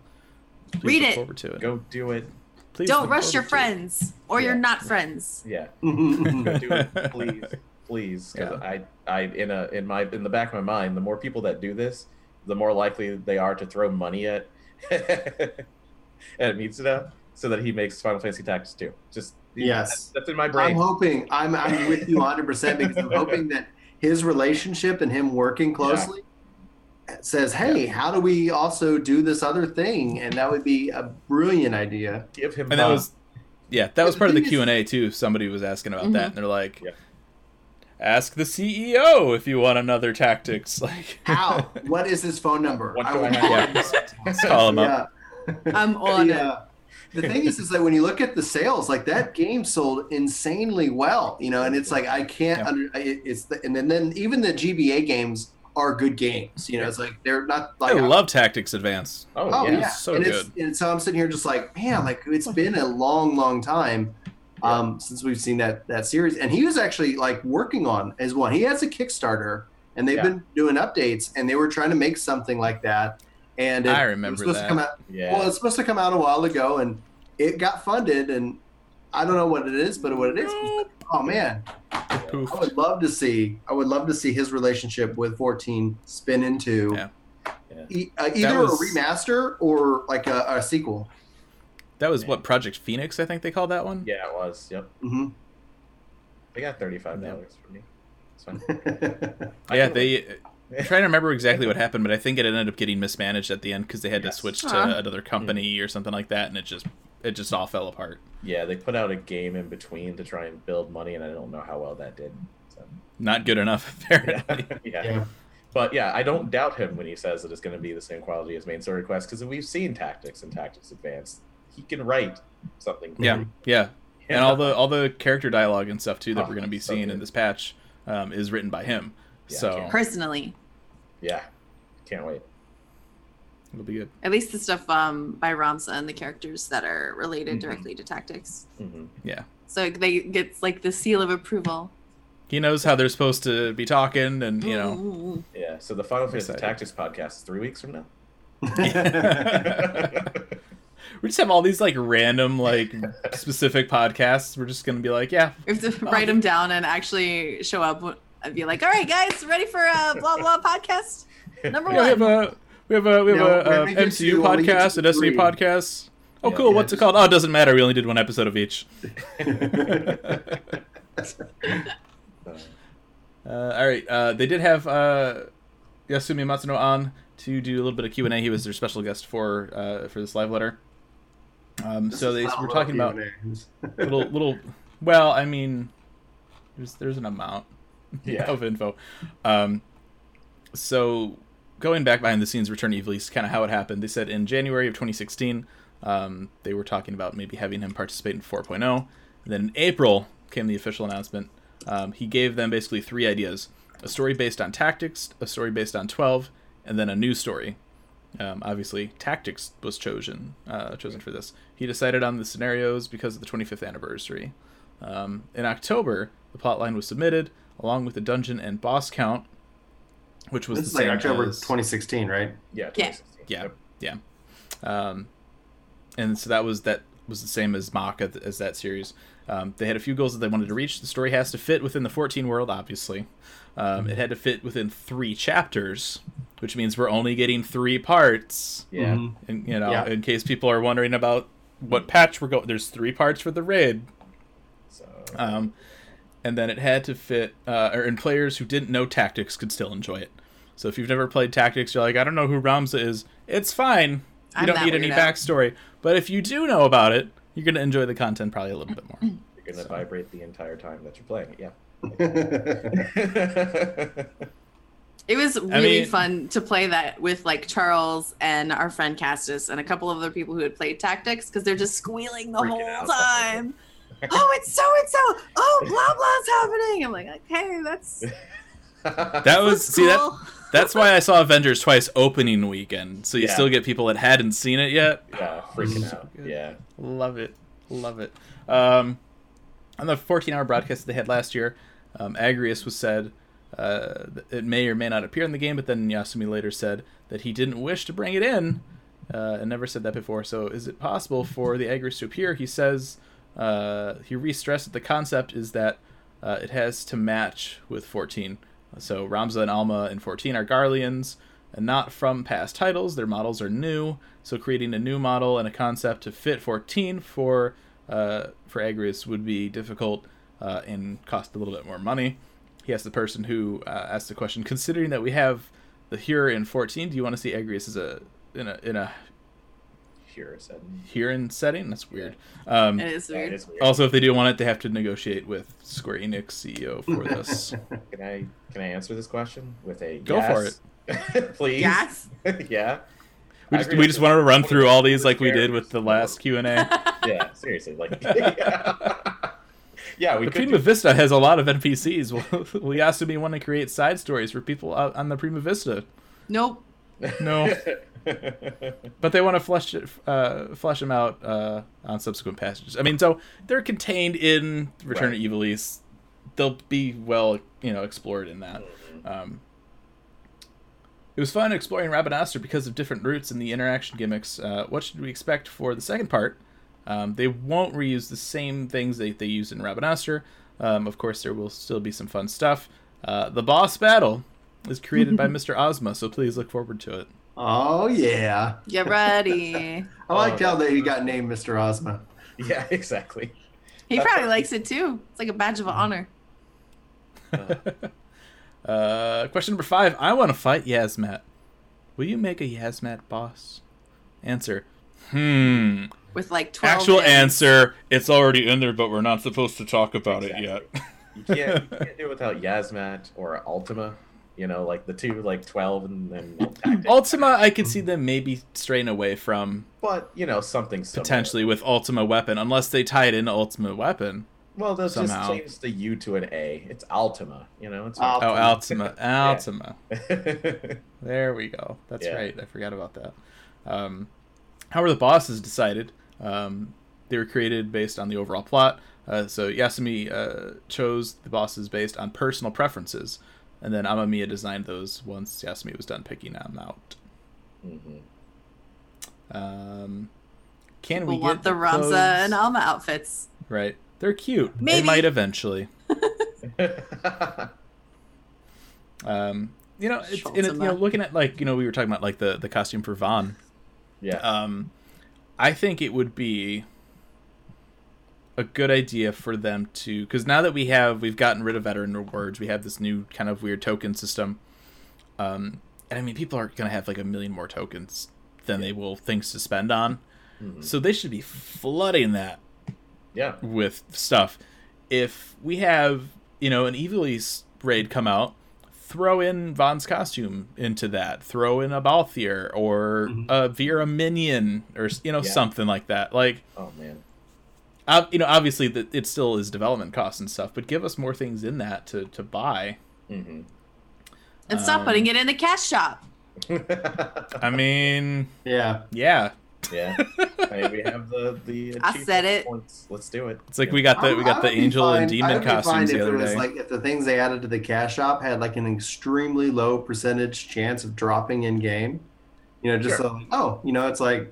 C: please
E: Read
C: look
E: it.
C: forward to it.
F: Go do it.
C: Please
E: Don't
C: look
E: rush your
C: forward to
E: friends, or you're
F: Yeah.
E: not friends.
F: Yeah.
C: Mm-hmm.
D: Mhm.
F: Go do it, please, please. 'Cause
C: Yeah.
F: I, I, in a, in my, in the back of my mind, the more people that do this, the more likely they are to throw money at, at Mitsuda. so that he makes Final Fantasy Tactics 2. Just
D: Yes.
F: that's in my
D: I'm
F: brain.
D: hoping I'm I'm with you 100 percent because I'm hoping that his relationship and him working closely says, "Hey, how do we also do this other thing?" And that would be a brilliant idea.
F: Give him
C: and that
F: love.
C: was yeah that was
D: the
C: part of the
D: thing is-
C: Q and A too. Somebody was asking about that, and they're like,
F: Yeah.
C: "Ask the CEO if you want another tactics." Like,
D: How? what is his phone number?
F: What
D: I
F: do
D: would-
F: I have?
C: let's call him up.
D: yeah.
E: I'm on it.
D: Yeah. The thing is, is that when you look at the sales, like that game sold insanely well, you know, and it's like I can't.
C: Yeah.
D: Under, I- it's the, and then, then even the GBA games are good games, you know. It's like they're not like
C: I love Tactics Advance.
F: Oh,
D: Oh
F: yeah.
D: yeah,
C: so Oh.
D: and, It's, and so I'm sitting here just like, man, like it's been a long, long time um, since we've seen that that series. And he was actually like working on as one. He has a Kickstarter, and they've
F: Yeah.
D: been doing updates, and they were trying to make something like that. And it,
C: I
D: it was
C: remember
D: supposed to
C: that.
D: come out-
F: Yeah.
D: well, it's supposed to come out a while ago, and it got funded, and I don't know what it is, but what it is. Oh man,
C: Poof.
D: I would love to see. I would love to see his relationship with 14 spin into
C: Yeah.
F: Yeah.
D: E- uh, either
C: was-
D: a remaster or like a, a sequel.
C: That was what Project Phoenix, I think they called that one.
F: yeah, it was. Yep.
D: hmm
F: They got $35 for me. It's fine. I
C: Yeah,
F: can-
C: they. I'm trying to remember exactly what happened, but I think it ended up getting mismanaged at the end because they had
F: Yes.
C: to switch to
E: Aw.
C: another company or something like that, and it just it just all fell apart.
F: Yeah, they put out a game in between to try and build money, and I don't know how well that did. So,
C: Not good enough, apparently.
F: yeah. yeah. But yeah, I don't doubt him when he says that it's going to be the same quality as Main Story Quest because we've seen Tactics and Tactics Advanced. He can write something.
C: Yeah,
F: great.
C: yeah, and all the all the character dialogue and stuff too that
F: Oh,
C: we're going to be
F: so
C: seeing in
F: good.
C: this patch um, is written by him.
F: Yeah,
C: so
E: personally.
F: Yeah. Can't wait.
C: it'll be good.
E: At least the stuff um, by Ramsa and the characters that are related
C: Mhm.
E: directly to tactics.
F: hmm
E: So they gets like the seal of approval.
C: He knows how they're supposed to be talking, and you know,
E: Mm.
F: Yeah. So the Final Fantasy
C: excited.
F: Tactics podcast is three weeks from now.
C: we just have all these like random like specific podcasts. We're just going to be like, yeah,
E: We have to write them down and actually show up and be like, "All right, guys, ready for a blah blah podcast number
C: we have
E: one."
C: a we have a we have
D: No,
C: a,
D: we're
C: uh,
D: making
C: MCU
D: two, we'll make it
C: podcast,
D: to
C: a Destiny
D: three.
C: podcast. Oh,
F: Yeah,
C: cool.
F: yeah,
C: What's it
F: just-
C: called? Oh, it doesn't matter. We only did one episode of each.
F: Uh,
C: Uh, all right. Uh, they did have uh, Yasumi Matsuno on to do a little bit of Q and A. He was their special guest for uh, for this live letter. Um, so they were talking about little little. Well, I mean, there's there's an amount
F: Yeah.
C: of info. Um, so going back behind the scenes, Return to Evil East, kind of how it happened. They said in January of 2016, um, they were talking about maybe having him participate in 4.0. And then in April came the official announcement. Um, he gave them basically three ideas: a story based on tactics, a story based on 12, and then a new story. Um, obviously, tactics was chosen uh, chosen for this. He decided on the scenarios because of the 25th anniversary. Um, in October, the plotline was submitted along with the dungeon and boss count, which was
D: This is
C: the
D: like
C: same
D: October
C: as-
D: 2016, right?
F: yeah.
E: Yeah.
F: 2016.
C: Yeah,
F: Yep.
C: yeah. Um, and so that was that was the same as Mach at- as that series. Um, they had a few goals that they wanted to reach. The story has to fit within the 14 world, obviously. Um, it had to fit within three chapters, which means we're only getting three parts.
F: Yeah.
D: Mhm.
C: And you know,
D: Yeah.
C: in case people are wondering about what patch we're going, there's three parts for the raid.
F: So,
C: Um, and then it had to fit, uh, or and players who didn't know tactics could still enjoy it. So if you've never played tactics, you're like, I don't know who Ramza is. It's fine. You
E: I'm
C: don't
E: that
C: need any
E: weirdo.
C: backstory. But if you do know about it, you're gonna enjoy the content probably a little bit more.
F: you're going to vibrate the entire time that you're playing it. Yeah.
D: Mm-hmm.
E: It was really
C: mean-
E: fun to play that with like Charles and our friend Castus and a couple of other people who had played tactics because they're just squealing the
F: Freaking
E: whole
F: out.
E: time. oh, it's so and so. Oh, blah blah's happening. I'm like, okay, that's
C: That was
E: that's
C: see that
E: cool.
C: that's why I saw Avengers twice opening weekend. So you
F: Yeah.
C: still get people that hadn't seen it yet.
F: yeah, freaking out.
C: good.
F: Yeah.
C: Love it. Love it. Um, on the 14 hour broadcast they had last year, um, Agrius was said uh, that it may or may not appear in the game, but then Yasumi later said that he didn't wish to bring it in uh, and never said that before. So is it possible for the Agrius to appear? He says uh, he re stressed that the concept is that uh, it has to match with 14. So Ramza and Alma in 14 are Garleans. and not from past titles. Their models are new, so creating a new model and a concept to fit 14 for uh, for Agrius would be difficult uh, and cost a little bit more money. He asked the person who uh, asked the question, considering that we have the Hero in 14, do you want to see Agrius as a in a in a
F: Sure said.
C: Huron setting? That's weird. Um,
E: It is
F: That
E: weird.
F: is weird.
C: also, if they do want it, they have to negotiate with Square Enix CEO for this.
F: Can I can I answer this question with a
C: Go
F: yes? for it, please?
E: Yes.
F: yeah.
C: We
F: I
C: just, we
F: agree with
C: just
F: you.
C: wanted to run
F: What
C: through
F: if
C: all
F: it's
C: these like we did
F: characters?
C: with the last Q and A.
F: Yeah, seriously, like yeah, we
C: The
F: could.
C: Prima
F: do-
C: Vista has a lot of NPCs. Will, will Yasumi want to create side stories for people out on the Prima Vista?
E: Nope.
C: No, but they want to flesh it, uh, flesh them out uh, on subsequent passages. I mean, so they're contained in Return
F: Right.
C: to Evilise. They'll be well, you know, explored in that. Um, it was fun exploring Rabinoster because of different routes and the interaction gimmicks. Uh, what should we expect for the second part? Um, they won't reuse the same things that they used in Rabinoster. Um, of course, there will still be some fun stuff. Uh, the boss battle is created by Mr. Ozma, so please look forward to it.
D: Oh yeah,
E: Get ready.
D: I liked how that he got named Mr. Ozma.
F: yeah, exactly.
E: he probably likes it too. It's like a badge of honor.
C: Uh, question number five. I want to fight Yasmat. Will you make a Yasmat boss? Answer. Hmm.
E: With like twelve.
C: Actual
E: men.
C: answer. It's already in there, but we're not supposed to talk about it
F: Exactly.
C: yet.
F: You can't, you can't do it without Yasmat or Ultima. You know, like the two, like twelve, and then
C: Ultima, I could see them maybe straying away from
F: But you know, something similar.
C: potentially with Ultima weapon, unless they tie it into Ultima weapon.
F: Well, they'll
C: somehow.
F: just change the U to an A. It's Ultima. You know, it's
D: Al-
C: Oh, Ultima,
F: Yeah.
C: Ultima. There we go. That's
F: Yeah.
C: right. I forgot about that. Um, however, the bosses decided um, they were created based on the overall plot. Uh, so Yasumi uh, chose the bosses based on personal preferences, and then Amamiya designed those once Yasumi was done picking them out.
F: Mhm.
C: Um, can
E: People
C: we
E: want
C: get
E: the Ramza
C: clothes?
E: and Alma outfits.
C: Right, they're cute. They
E: Maybe.
C: might eventually.
F: yeah,
C: Um, you know, it's, and
E: Schultz
C: it, you
E: and
C: know,
E: that.
C: looking at like you know, we were talking about like the the costume for Vaughn. um, I think it would be a good idea for them to because now that we have we've gotten rid of veteran rewards, we have this new kind of weird token system. Um, and I mean, people are gonna have like a million more tokens than they will things to spend on,
F: Mhm.
C: so they should be flooding that
F: yeah,
C: with stuff. If we have, you know, an Evilise raid come out, throw in Vaughn's costume into that. Throw in a Balthier or
D: Mhm.
C: a Vera minion or you know
F: Yeah.
C: something like that. Like,
F: Oh man.
C: ob- you know, obviously that it still is development costs and stuff, but give us more things in that to to buy.
F: hmm
E: And stop
C: Um,
E: putting it in the cash shop.
C: I mean,
D: Yeah,
C: yeah,
F: yeah. I mean, we have the the.
E: I said
F: achievement
E: it.
F: Points. Let's do it.
C: it's like we got the we got the angel and demon costumes
D: if
C: the other
D: it was
C: day.
D: Like if the things they added to the cash shop had like an extremely low percentage chance of dropping in game, you know, just
F: Sure.
D: so, oh, you know, it's like,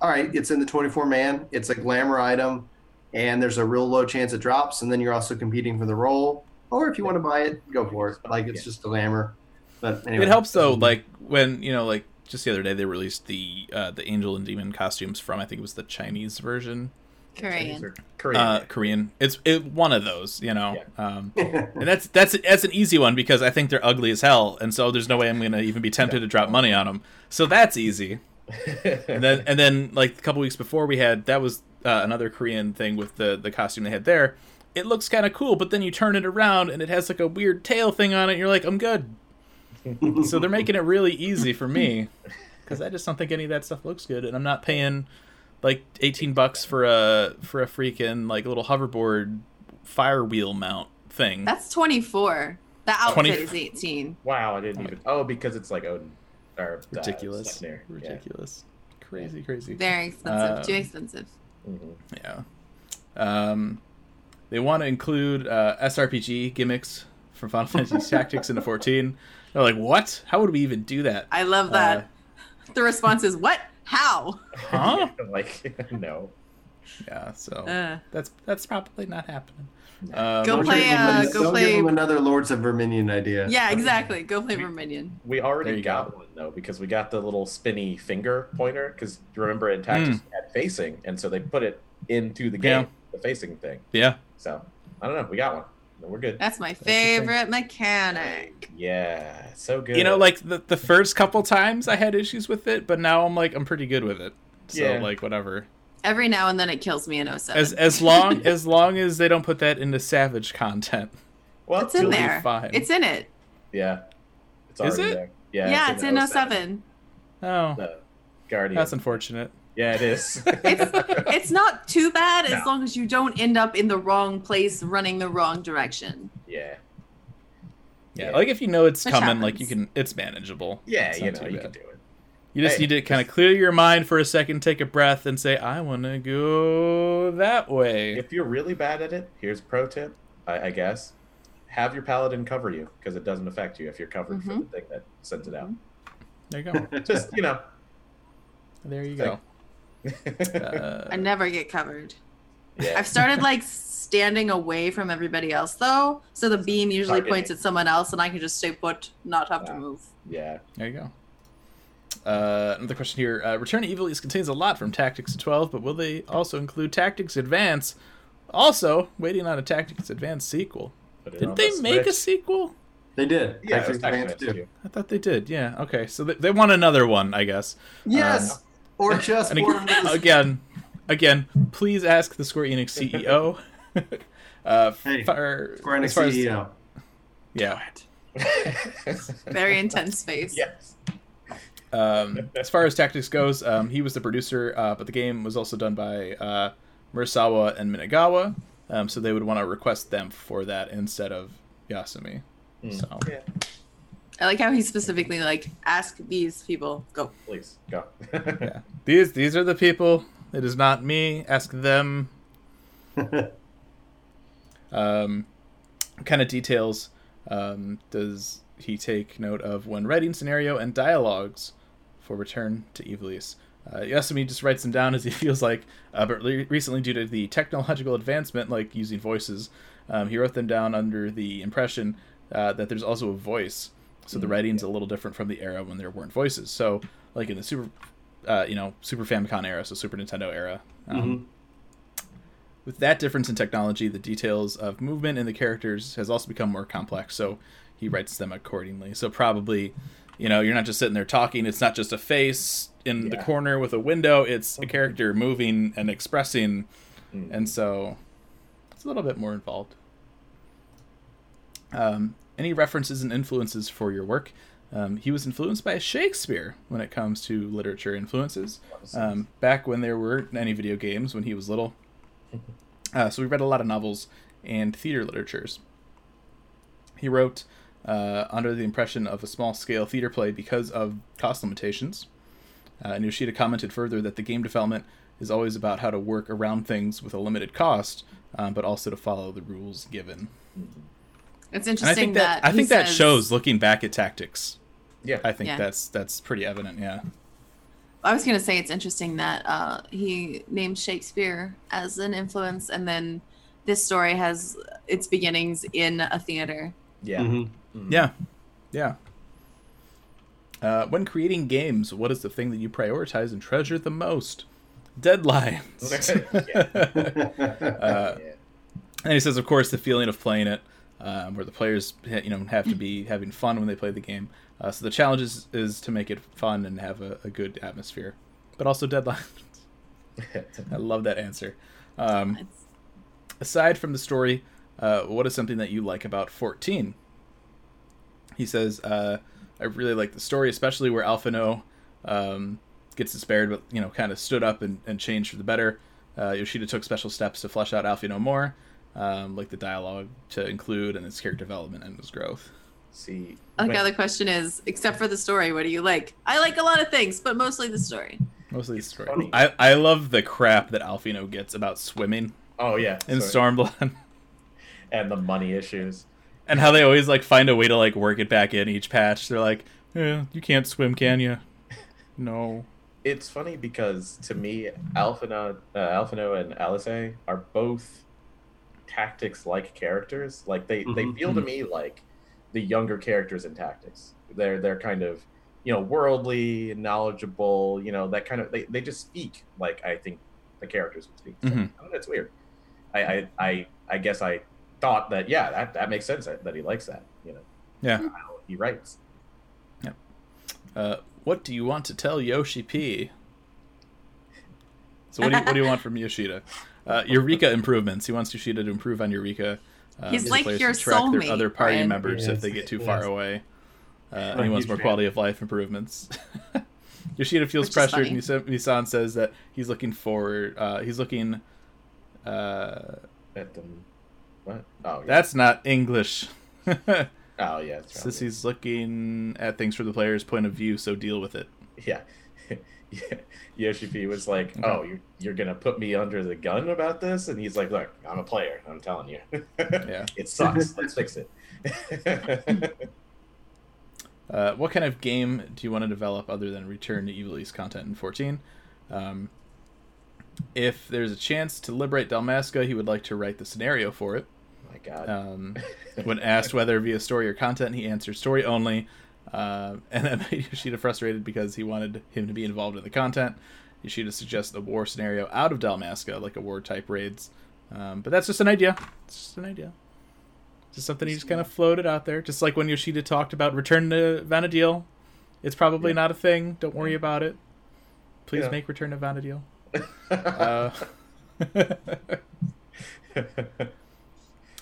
D: all right, it's in the 24 man, it's a glamour item, and there's a real low chance it drops, and then you're also competing for the role. Or if you want to buy it, go for it. Like it's
F: Yeah.
D: just a glamour. But anyway, Um,
C: It helps though, like when you know, like just the other day they released the uh, the angel and demon costumes from I think it was the Chinese version,
F: These
E: Korean.
F: are Korean.
C: uh, Korean. It's it, one of those, you know. Um,
D: yeah,
C: and that's that's that's an easy one because I think they're ugly as hell, and so there's no way I'm gonna even be tempted to drop money on them. So that's easy. And then and then like a couple weeks before we had that was uh, another Korean thing with the the costume they had there. It looks kind of cool, but then you turn it around and it has like a weird tail thing on it. And you're like, I'm good. so they're making it really easy for me because I just don't think any of that stuff looks good, and I'm not paying like 18 bucks for a for a freaking like little hoverboard fire wheel mount thing.
E: That's twenty four. The outfit
C: 20
E: is eighteen.
F: wow, I didn't even. Oh, because it's like Odin. Or, uh,
C: ridiculous,
F: Sleipnir. Yeah.
C: ridiculous, crazy, crazy.
E: Very expensive. Too
C: Um,
E: expensive.
F: Mhm.
C: Yeah. Um, they want to include uh, SRPG gimmicks from Final Fantasy Tactics into 14. They're like, what? How would we even do that?
E: I love that.
C: uh,
E: the response is what? How?
C: Huh?
F: like no.
C: yeah. So
E: Uh,
C: Oh. that's that's probably not happening. Um,
E: Go
D: Don't
E: play,
D: give them
E: uh,
D: an-
E: go
D: don't
E: play-
D: give them another Lords of Verminion idea.
E: Yeah, exactly. Go play Verminion.
F: We
C: There
F: already
C: you
F: got one though because we got the little spinny finger pointer. Because remember in Tactics we had facing, and so they put it into the game,
C: Hmm. Yeah.
F: the facing thing.
C: Yeah.
F: So I don't know. We got one. We're good.
E: That's my
C: the thing.
E: favorite mechanic.
F: Yeah, so good.
C: You know, like the, the first couple times I had issues with it, but now I'm like I'm pretty good with it. So
F: Yeah.
C: like whatever.
E: Every now and then it kills me in 07.
C: As as long as long as they don't put that into savage content.
F: well,
E: it's in
F: you'll be-
E: there.
C: fine.
E: It's in it.
F: Yeah, it's
C: Is
F: already
C: it?
F: there.
E: Yeah,
F: Yeah,
E: it's, in 07.
C: Oh,
F: The Guardian.
C: that's unfortunate.
F: yeah, it is.
E: It's it's not too bad as
F: No.
E: long as you don't end up in the wrong place running the wrong direction.
F: yeah,
C: Yeah,
F: Yeah.
C: like if you know it's
E: Which
C: coming, like you
E: happens.
C: can, it's manageable.
F: yeah.
C: It's
F: You
C: not
F: know,
C: too
F: you
C: bad.
F: can do it.
C: You just
F: Hey,
C: need to kind of
F: just-
C: clear your mind for a second, take a breath, and say, "I want to go that way."
F: If you're really bad at it, here's a pro tip, I, I guess. Have your paladin cover you because it doesn't affect you if you're covered
E: Mm-hmm.
F: for the thing that sends it out.
C: There you go.
F: Just you know,
C: There you go. Uh,
E: I never get covered.
F: yeah,
E: I've started like standing away from everybody else though, so the beam usually
F: Targeting.
E: points at someone else, and I can just stay put, not have to
F: Yeah.
E: move.
F: yeah.
C: there you go. Uh, another question here: uh, Return to Evil East contains a lot from Tactics 12, but will they also include Tactics Advance? Also, waiting on a Tactics Advance sequel.
F: Put it on
C: Didn't they
F: the
C: make a
F: Switch.
C: sequel?
D: They did.
F: Yeah, it
D: Actually,
F: was
D: Vance
F: Tactics
D: did.
F: too.
C: I thought they did. Yeah. Okay. So they, they want another one, I guess.
D: Yes. or just
C: And
D: one of
C: again,
D: those.
C: again, again, please ask the Square Enix CEO. uh,
D: Hey,
C: far-
D: Square Enix E
C: as far as-
D: CEO.
C: yeah.
E: Very intense face.
F: yes.
C: Um, as far as tactics goes, um, he was the producer, uh, but the game was also done by uh, Murasawa and Minagawa, um, so they would want to request them for that instead of Yasumi.
F: Hmm.
C: So
F: Yeah.
E: I like how he specifically like ask these people. Go.
F: Please go.
C: these these are the people. It is not me. Ask them. um, kind of details um, does he take note of when writing scenario and dialogues for Return to Ivalice? Uh, Yasumi just writes them down as he feels like, uh, but re- recently due to the technological advancement, like using voices, um, he wrote them down under the impression uh, that there's also a voice. So the writing's a little different from the era when there weren't voices. So, like in the Super, uh, you know, Super Famicom era, so Super Nintendo era, um, with that difference in technology, the details of movement in the characters has also become more complex, so he writes them accordingly. So probably, you know, you're not just sitting there talking, it's not just a face in the
F: Yeah.
C: corner with a window, it's a character moving and expressing,
F: Mm.
C: and so it's a little bit more involved. Um, any references and influences for your work? Um, he was influenced by Shakespeare when it comes to literature influences um, back when there weren't any video games when he was little. Uh, so we read a lot of novels and theater literatures. He wrote uh, under the impression of a small scale theater play because of cost limitations. Uh, and Yoshida commented further that the game development is always about how to work around things with a limited cost, um, but also to follow the rules given.
E: It's
C: And I
E: interesting
C: think that, I
E: he
C: think that
E: says-
C: shows looking back at tactics.
F: yeah.
C: I think
E: Yeah.
C: that's that's pretty evident. Yeah.
E: I was gonna say it's interesting that uh, he named Shakespeare as an influence, and then this story has its beginnings in a theater.
F: yeah.
C: Mm-hmm.
D: Mhm.
F: Mhm.
C: Yeah, yeah. Uh, when creating games, what is the thing that you prioritize and treasure the most? Deadlines. uh,
F: Yeah.
C: and he says, of course, the feeling of playing it, um, where the players you know have to be having fun when they play the game. Uh, so the challenge is, is to make it fun and have a, a good atmosphere, but also deadlines. I love that answer. Um,
E: It's-
C: aside from the story, uh, what is something that you like about 14? He says, uh, I really like the story, especially where Alphino um, gets despaired, but, you know, kind of stood up and, and changed for the better. Uh, Yoshida took special steps to flesh out Alphino more, um, like the dialogue to include and his character development and his growth.
F: See.
E: I like
F: wait.
E: how the question is, except for the story, what do you like? I like a lot of things, but mostly the story.
C: Mostly the
F: It's
C: story.
F: funny.
C: I, I love the crap that Alphino gets about swimming
F: Oh yeah.
C: in
F: sorry.
C: Stormblood.
F: and the money issues.
C: and how they always like find a way to like work it back in each patch. They're like, eh, you can't swim, can you? No.
F: it's funny because to me, Alphino, uh, Alphino and Alice are both tactics like characters. Like they
C: Mm-hmm.
F: they feel to me like the younger characters in tactics. They're they're kind of you know worldly, knowledgeable. You know that kind of they, they just speak like I think the characters would speak. So,
C: Mhm.
F: I don't know, it's weird. I, I I I guess I thought that yeah that that makes sense that, that he likes that you know
C: Yeah.
F: he writes
C: Uh, what do you want to tell Yoshi P? So what do you, what do you want from Yoshida? Uh, Eureka improvements. He wants Yoshida to improve on Eureka. Uh,
E: He's
C: so
E: like
C: players
E: your
C: can track
E: soulmate,
C: their other party
E: Brian.
C: members if
D: Yes,
C: they get too
D: yes.
C: far away. Uh, and he
D: huge
C: wants more
D: fan.
C: quality of life improvements. Yoshida feels
E: Which is
C: pressured.
E: funny.
C: Nisa- Nissan says that he's looking forward. Uh, he's looking. Uh,
F: at them. What? Oh, yeah.
C: that's not English.
F: oh yeah. That's right.
C: Sissy's looking at things from the player's point of view, so deal with it.
F: yeah. yeah. Yoshi P was like,
C: Okay.
F: "Oh, you're you're gonna put me under the gun about this," and he's like, "Look, I'm a player. I'm telling you,
C: Yeah.
F: it sucks. Let's fix it."
C: Uh, what kind of game do you want to develop other than Return to Evil East content in 14? Um, if there's a chance to liberate Dalmasca, he would like to write the scenario for it.
F: My God.
C: Um, when asked whether via story or content, he answered story only. Uh, and that made Yoshida frustrated because he wanted him to be involved in the content. Yoshida suggests a war scenario out of Dalmasca, like a war type raids. Um, but that's just an idea. It's just an idea. Just something he just kind of floated out there. Just like when Yoshida talked about return to Vanadil. It's probably
F: Yeah.
C: not a thing. Don't worry about it. Please
F: Yeah.
C: make return to Vanadil. Uh,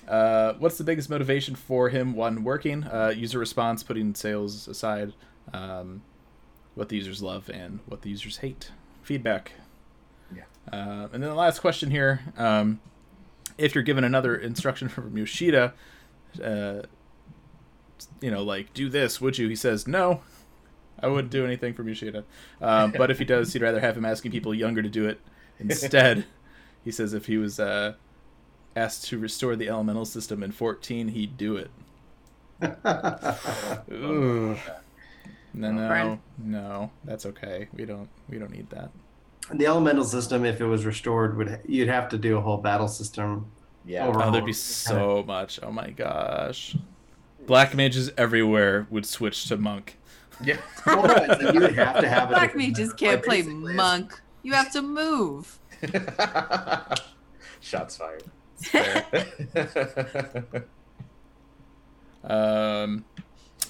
C: Uh, what's the biggest motivation for him? One, working, uh, user response, putting sales aside, um, what the users love and what the users hate, feedback.
F: Yeah.
C: Uh, and then the last question here um, if you're given another instruction from Yoshida, uh, you know, like, do this, would you? He says, no, I wouldn't do anything from Yoshida. Um, but if he does, he'd rather have him asking people younger to do it instead. he says if he was uh, asked to restore the elemental system in 14, he'd do it. Ooh. No, no,
E: Burn.
C: no. That's okay. We don't. We don't need that.
D: The elemental system, if it was restored, would you'd have to do a whole battle system.
F: yeah.
D: over-
C: Oh, there'd be
D: Kinda-
C: so much. Oh my gosh. Black mages everywhere would switch to monk.
F: Yeah.
D: Well, it's like you would have to have a
E: Black
D: different-
E: mages can't play
D: basically, it's-
E: monk. You have to move.
F: Shots fired.
C: Um,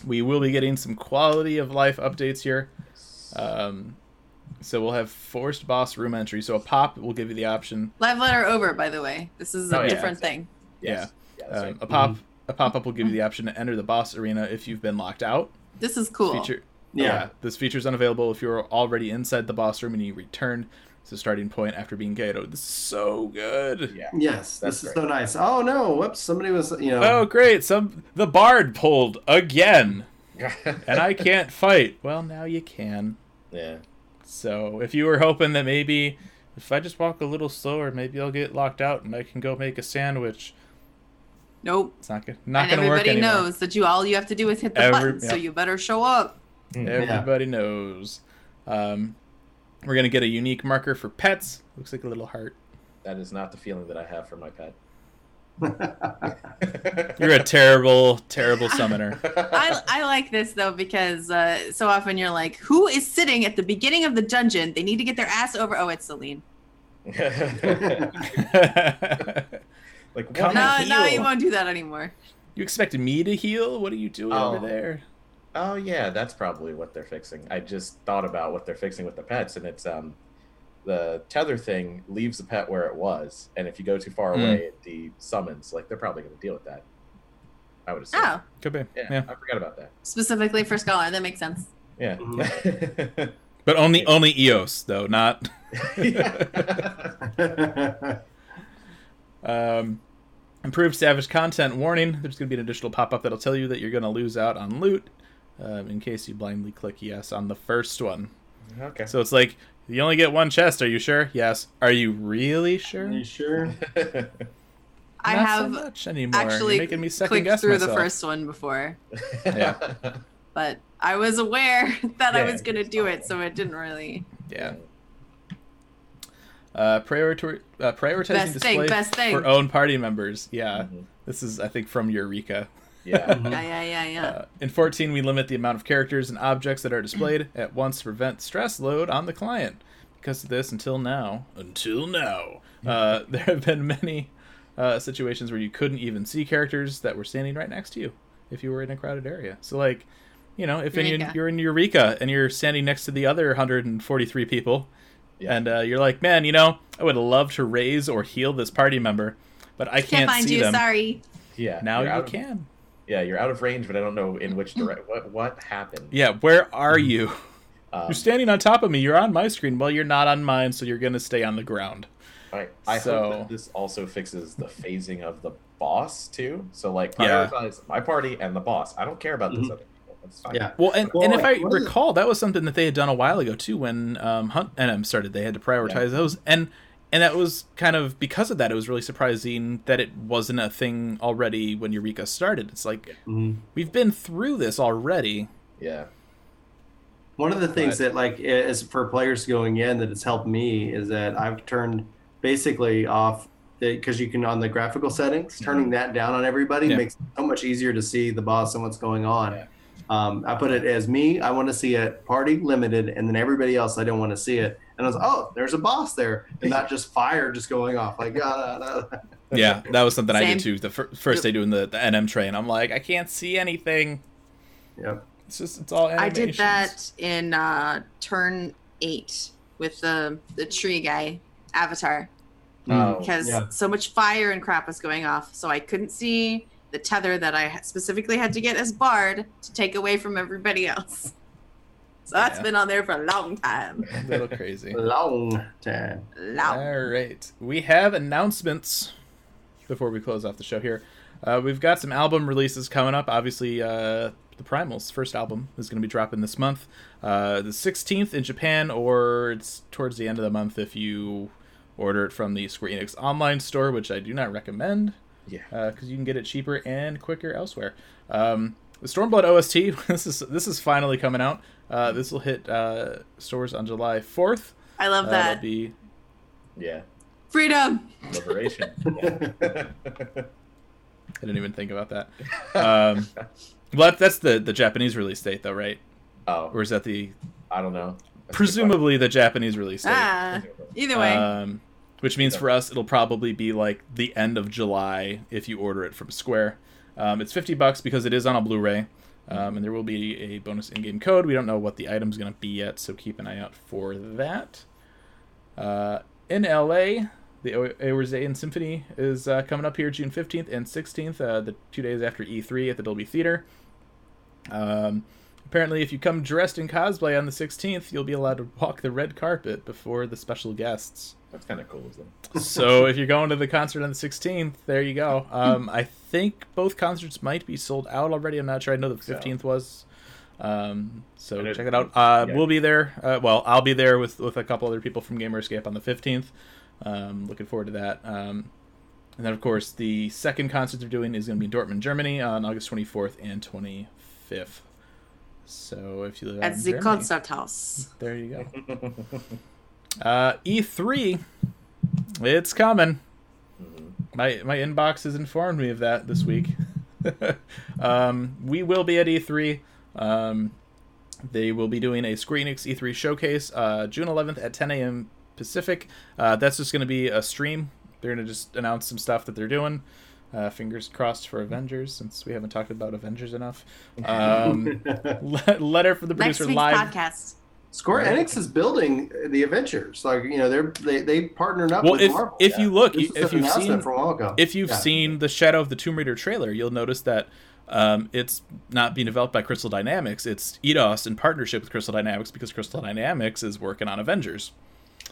C: we will be getting some quality of life updates here. Um, so we'll have forced boss room entry. So a pop will give you the option.
E: Live letter over, by the way. This is a
F: Oh, yeah.
E: different thing.
F: Yes. Yeah. that's
C: Um,
F: right.
C: a pop a pop up will give you the option to enter the boss arena if you've been locked out.
E: This is cool.
C: Feature,
D: Yeah.
C: this feature is unavailable if you're already inside the boss room and you return to the starting point after being KO'd. This is so good.
F: Yeah.
D: Yes,
F: That's
D: this is
F: great.
D: so nice. Oh no! Whoops! Somebody was, you know.
C: Oh great! Some the bard pulled again, and
F: and
C: I can't fight. Well, now you can.
F: yeah.
C: So if you were hoping that maybe if I just walk a little slower, maybe I'll get locked out and I can go make a sandwich.
E: Nope.
C: It's not gonna not
E: and
C: gonna work
E: everybody
C: anymore.
E: knows that you all you have to do is hit the
C: Every-
E: button, so
C: yeah.
E: you better show up.
F: Hmm.
C: Everybody knows. Um, we're gonna get a unique marker for pets. Looks like a little heart.
F: That is not the feeling that I have for my pet.
C: You're a terrible, terrible summoner.
E: I, I like this though because uh, so often you're like, who is sitting at the beginning of the dungeon? They need to get their ass over. Oh, it's Celine.
F: like
C: Come
F: what
C: on.
E: No,
F: a
E: no,
F: heel.
E: you won't do that anymore.
C: you expect me to heal? What are you doing
F: Oh.
C: over there?
F: Oh yeah, that's probably what they're fixing. I just thought about what they're fixing with the pets, and it's um, the tether thing leaves the pet where it was, and if you go too far
C: Hmm.
F: away, it de summons. Like they're probably going to deal with that. I would assume.
E: Oh,
C: Could be.
F: yeah,
C: Yeah.
F: I forgot about that.
E: specifically for scholar. That makes sense.
F: Yeah.
C: But only only Eos though, not Oh. um improved savage content warning. There's gonna be an additional pop up that'll tell you that you're gonna lose out on loot. Um, in case you blindly click yes on the first one.
F: okay.
C: So it's like you only get one chest, are you sure? Yes. Are you really sure?
D: Are you sure?
E: I
C: Not
E: have
C: so much anymore. You're
E: actually
C: making me second
E: clicked
C: guess
E: through
C: myself.
E: the first one before,
C: Yeah.
E: but I was aware that I
F: Yeah,
E: was gonna
F: it's
E: do
F: fine.
E: it, so it didn't really.
C: Yeah. uh, priority, uh, prioritizing
E: Best
C: display
E: thing, best thing.
C: for own party members. Yeah,
F: Mhm.
C: this is I think from Eureka.
F: Yeah.
E: Yeah, yeah, yeah, yeah.
C: Uh, in 14, we limit the amount of characters and objects that are displayed at once to prevent stress load on the client. Because of this, until now, until now, uh, there have been many uh, situations where you couldn't even see characters that were standing right next to you if you were in a crowded area. So, like, you know, if in,
E: Eureka.
C: you're in Eureka and you're standing next to the other 143 people,
F: Yeah.
C: and uh, you're like, man, you know, I would love to raise or heal this party member, but I
E: Can't
C: can't,
E: find
C: see
E: you.
C: them.
E: Sorry.
F: yeah.
C: Now
F: You're
C: you
F: out of-
C: can.
F: Yeah, you're out of range, but I don't know in which direct. What what happened?
C: Yeah, where are you?
F: Um,
C: You're standing on top of me. You're on my screen. Well, you're not on mine, so you're gonna stay on the ground.
F: I, I
C: So-
F: hope that this also fixes the phasing of the boss too. So like
C: Yeah.
F: prioritize my party and the boss. I don't care about this other people. That's fine.
D: Mm-hmm. Yeah.
C: Well, and, and if
D: Well,
C: I
D: what is it?
C: recall, that was something that they had done a while ago too, when um, Hunt and M started. They had to prioritize those, and and that was kind of because of that. It was really surprising that it wasn't a thing already when Eureka started. It's like
D: Mhm.
C: we've been through this already.
F: Yeah.
D: One of the things
F: But-
D: that like is for players going in that has helped me is that I've turned basically off because you can on the graphical settings turning that down on everybody
C: Yeah.
D: makes it so much easier to see the boss and what's going on.
F: Yeah.
D: Um, I put it as me. I want to see it party limited, and then everybody else I don't want to see it. And I was oh, there's a boss there, and not just fire just going off like ah, ah, ah.
C: Yeah, that was something I
E: Same.
C: did too. The fir- first day doing the, the NM train, I'm like, I can't see anything.
D: Yep.
C: It's just it's all.
E: I
C: Animations.
E: did that in uh, turn eight with the the tree guy avatar
F: Oh,
E: because
D: yeah.
E: so much fire and crap was going off, so I couldn't see the tether that I specifically had to get as Bard to take away from everybody else. So that's
C: Yeah.
E: been on there for a long time.
C: A little crazy.
D: long time.
E: Long.
C: All right. We have announcements before we close off the show here. Uh, we've got some album releases coming up. Obviously, uh, the Primals' first album is going to be dropping this month, uh, the 16th in Japan, or it's towards the end of the month if you order it from the Square Enix online store, which I do not recommend
F: Yeah.
C: because you can get it cheaper and quicker elsewhere. Um, the Stormblood OST this is this is finally coming out. Uh, this will hit uh, stores on July 4th.
E: I love
C: Uh,
E: that
C: that'll be
F: Yeah.
E: freedom.
F: Liberation.
C: I didn't even think about that. Um, well, that- that's the the Japanese release date, though, right?
F: oh,
C: Or is that the
F: I don't know. That's a good
C: presumably the Japanese release date?
E: Ah,
F: question.
E: either way,
C: Um, which means for us, it'll probably be like the end of July if you order it from Square. Um, it's fifty bucks because it is on a Blu-ray, um, and there will be a bonus in-game code. We don't know what the item's going to be yet, so keep an eye out for that. Uh, in LA, the O- Eurasian Symphony is uh, coming up here June 15th and 16th, uh, the two days after E3 at the Dolby Theater. Um, apparently, if you come dressed in cosplay on the 16th, you'll be allowed to walk the red carpet before the special guests.
F: That's kind of cool of them.
C: so if you're going to the concert on the 16th, there you go. Um, I think both concerts might be sold out already. I'm not sure. I know the
F: So.
C: 15th was. Um, so
F: I know-
C: check it out. Uh,
F: yeah.
C: We'll be there. Uh, well, I'll be there with, with a couple other people from Gamerscape on the 15th. Um, looking forward to that. Um, and then, of course, the second concert they're doing is going to be in Dortmund, Germany on August 24th and 25th. So if you live out
E: at
C: in
E: the
C: Germany,
E: concert house.
C: there you go. Uh, E3, it's coming. My my inbox has informed me of that this week. um, we will be at E3. Um, they will be doing a Square Enix E3 showcase uh, June 11th at 10 a.m. Pacific. Uh, that's just going to be a stream. They're going to just announce some stuff that they're doing. Uh, fingers crossed for Avengers, since we haven't talked about Avengers enough. Um, le- letter from the
E: Next
C: producer
E: week's
C: live.
E: podcast.
D: Square Enix is building the adventures. Like you know, they're they they partnered up
C: Well,
D: with
C: if
D: Marvel.
C: if you look,
D: This was
C: if
D: an
C: you've
D: announcement
C: seen
D: from a while ago.
C: if you've
D: Yeah.
C: seen the Shadow of the Tomb Raider trailer, you'll notice that um, it's not being developed by Crystal Dynamics. It's E Eidos in partnership with Crystal Dynamics because Crystal Dynamics is working on Avengers.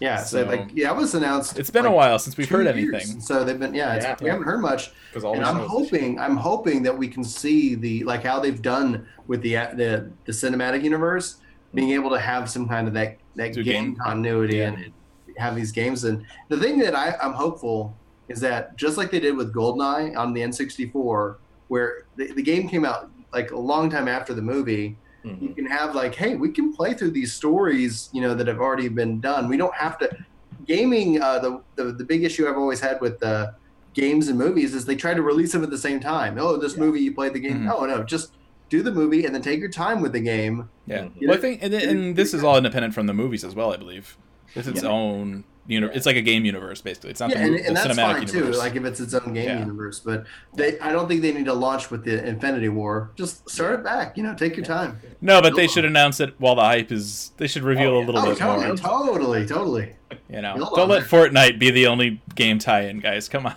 D: yeah, so,
C: so-
D: like yeah, it was announced.
C: It's been a
D: like,
C: while since we've
D: two
C: heard
D: years.
C: anything.
D: So they've been yeah, it's,
F: Yeah.
D: we haven't heard much.
F: Because
D: And I'm hoping I'm hoping that we can see the like how they've done with the the the cinematic universe being able to have some kind of that that
C: Do
D: game,
C: game-
D: continuity
F: Yeah.
D: and have these games. And the thing that I, I'm hopeful is that just like they did with Goldeneye on the N64, where the, the game came out like a long time after the movie
F: Mm-hmm.
D: you can have like hey we can play through these stories you know that have already been done we don't have to gaming, uh, the, the the big issue I've always had with uh, games and movies is they try to release them at the same time. Oh, this
F: Yeah.
D: movie you played the game.
C: Mhm.
D: No, no, just do the movie and then take your time with the game.
C: Yeah.
F: Mhm.
C: Well, I think, and, and this is all independent from the movies as well. I believe it's its
F: Yeah.
C: own. You know, it's like a game universe basically. It's not
D: yeah,
C: the,
D: and,
C: mo- the
D: and that's
C: cinematic
D: fine
C: universe.
D: too. Like if it's its own game
C: Yeah.
D: universe, but they, I don't think they need to launch with the Infinity War. Just start it back. You know, take your time.
C: no, but they
D: You'll-
C: should announce it while the hype is. They should reveal
F: Oh,
C: a
F: yeah.
C: little
D: Oh,
C: bit more.
D: totally, totally, totally.
C: You know,
D: You'll love
C: don't let Fortnite be the only game tie-in, guys. Come on.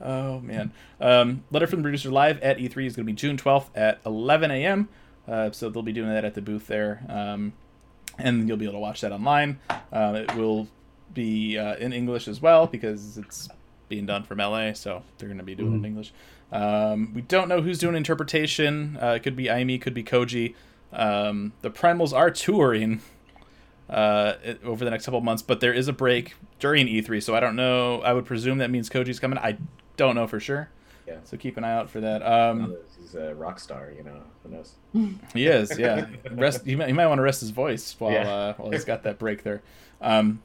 C: Oh man. Um, Letter from the Producer live at E3 is going to be June 12th at 11 a.m. Uh, so they'll be doing that at the booth there, um, and you'll be able to watch that online. Um, it will be uh, in English as well because it's being done from LA, so they're going to be doing it in English. Um, we don't know who's doing interpretation. Uh, it could be Aimee, could be Koji. Um, the Primals are touring uh, it- over the next couple of months, but there is a break during E3, so I don't know. I would presume that means Koji's coming. I don't know for sure.
F: Yeah.
C: So keep an eye out for that. Um,
F: He's a rock star, you know. Who knows?
C: he is, yeah. Rest. You might, you might want to rest his voice while
F: Yeah.
C: uh, while he's got that break there. Um,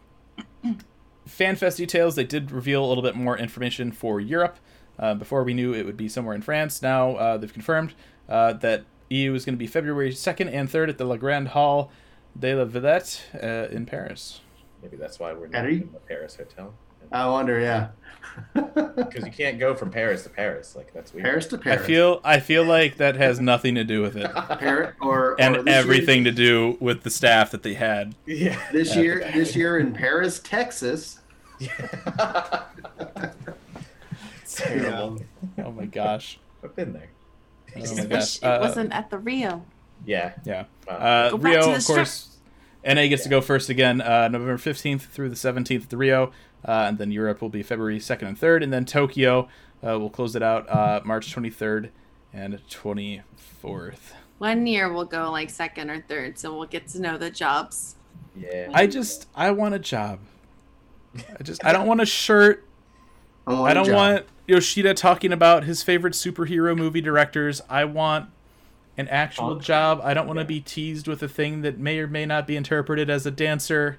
C: FanFest details. They did reveal a little bit more information for Europe. Uh, before we knew it would be somewhere in France. Now uh, they've confirmed uh, that EU is going to be February second and third at the La Grande Hall de la Villette uh, in Paris.
F: Maybe that's why we're not
D: Henry?
F: in the Paris hotel.
D: I wonder, yeah.
F: Because you can't go from Paris to Paris. Like that's weird.
D: Paris to Paris.
C: I feel I feel like that has nothing to do with it,
D: Paris or or
C: and
D: Oh, this year-
C: everything to do with the staff that they had.
F: Yeah.
D: this year, this year in Paris, Texas.
F: Terrible.
C: Oh my gosh!
F: I've been there.
C: Oh my
E: Just
C: gosh!
E: wish
C: Uh,
E: it wasn't at the Rio.
F: Yeah.
C: yeah.
F: Wow.
C: Uh,
E: Go back to
C: Rio,
E: the
C: of
E: strip.
C: course. NA gets to go first again, uh, November fifteenth through the seventeenth at the Rio, uh, and then Europe will be February second and third, and then Tokyo uh, will close it out uh, March twenty third and twenty fourth.
E: One year we'll go like second or third, so we'll get to know the jobs.
F: yeah.
C: I just I want a job. I just I don't want a shirt.
D: want
C: I
D: a
C: don't
D: job.
C: want Yoshida talking about his favorite superhero movie directors. I want an actual
F: Funk.
C: job. I don't want to
F: Yeah.
C: be teased with a thing that may or may not be interpreted as a dancer.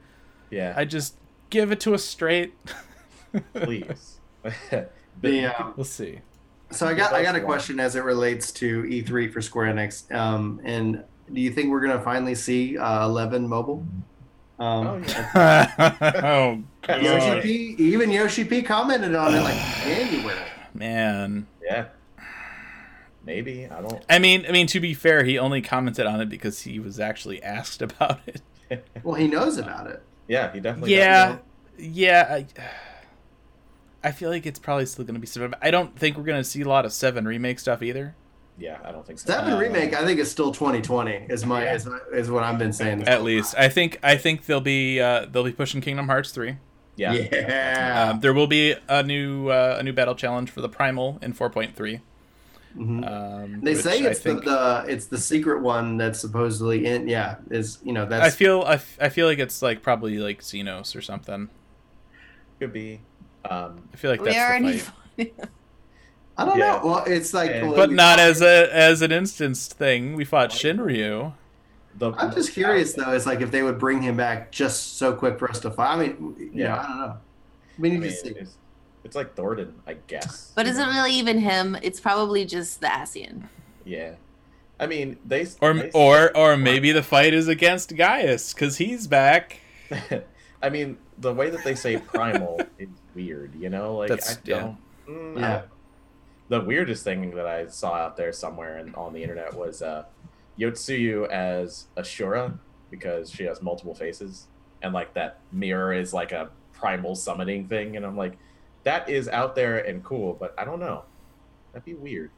F: yeah.
C: I just give it to us straight.
F: please. But-
D: the. um,
C: We'll see.
D: So I got I got a
F: That's
D: question as it relates to E3 for Square Enix. Um, and do you think we're gonna finally see uh, Eleven Mobile? Um,
F: Oh, yeah.
C: oh
D: Yoshi
C: God.
D: P, even Yoshi P commented on it like anywhere.
C: man.
F: yeah. Maybe I don't.
C: I mean, I mean to be fair, he only commented on it because he was actually asked about it.
D: Well, he knows about it.
F: Yeah, he definitely.
C: yeah yeah I, I feel like it's probably still going to be seven i don't think we're going to see a lot of seven remake stuff either
F: does. Yeah, I don't think so.
D: Seven
C: Uh,
D: remake, I think, is still 2020. Is my
F: Oh. Yeah.
D: is, my- is what I've been saying. this
C: at
D: whole
C: least i think i think they'll be uh, they'll be pushing kingdom hearts 3
F: yeah.
D: time. yeah.
C: um, there will be a new uh, a new battle challenge for the primal in 4.3
D: Mhm.
C: um,
D: They
C: which
D: say
C: I
D: it's the,
C: think-
D: the it's the secret one that's supposedly in. Yeah, is you know that's
C: I feel I, f- I feel like it's like probably like Xenos or something.
F: Could be. Um,
C: I feel like
E: we
C: that's
E: already
C: the fight.
D: I don't
F: Yeah.
D: know. Well, it's like,
F: Yeah.
D: well,
C: but
D: we-
C: not as a as an instance thing. We fought Shinryu.
F: the,
D: I'm just curious though. It's like if they would bring him back just so quick for us to find. I mean, you know,
F: Yeah.
D: I don't know. We
F: I
D: need
F: mean,
D: to see.
F: it's, it's like Thornton, I guess.
E: But
F: you
E: is it
F: know?
E: really even him? It's probably just the ASEAN.
F: Yeah. I mean, they
C: Or
F: they-
C: or or maybe the fight is against Gaius because he's back.
F: I mean, the way that they say primal is weird. You know, like
C: That's
F: I
C: yeah.
F: don't- mm, I
D: Yeah.
F: don't- the weirdest thing that I saw out there somewhere and on the internet was uh, Yotsuyu as Ashura because she has multiple faces, and like that mirror is like a primal summoning thing, and I'm like, that is out there and cool, but I don't know. That'd be weird.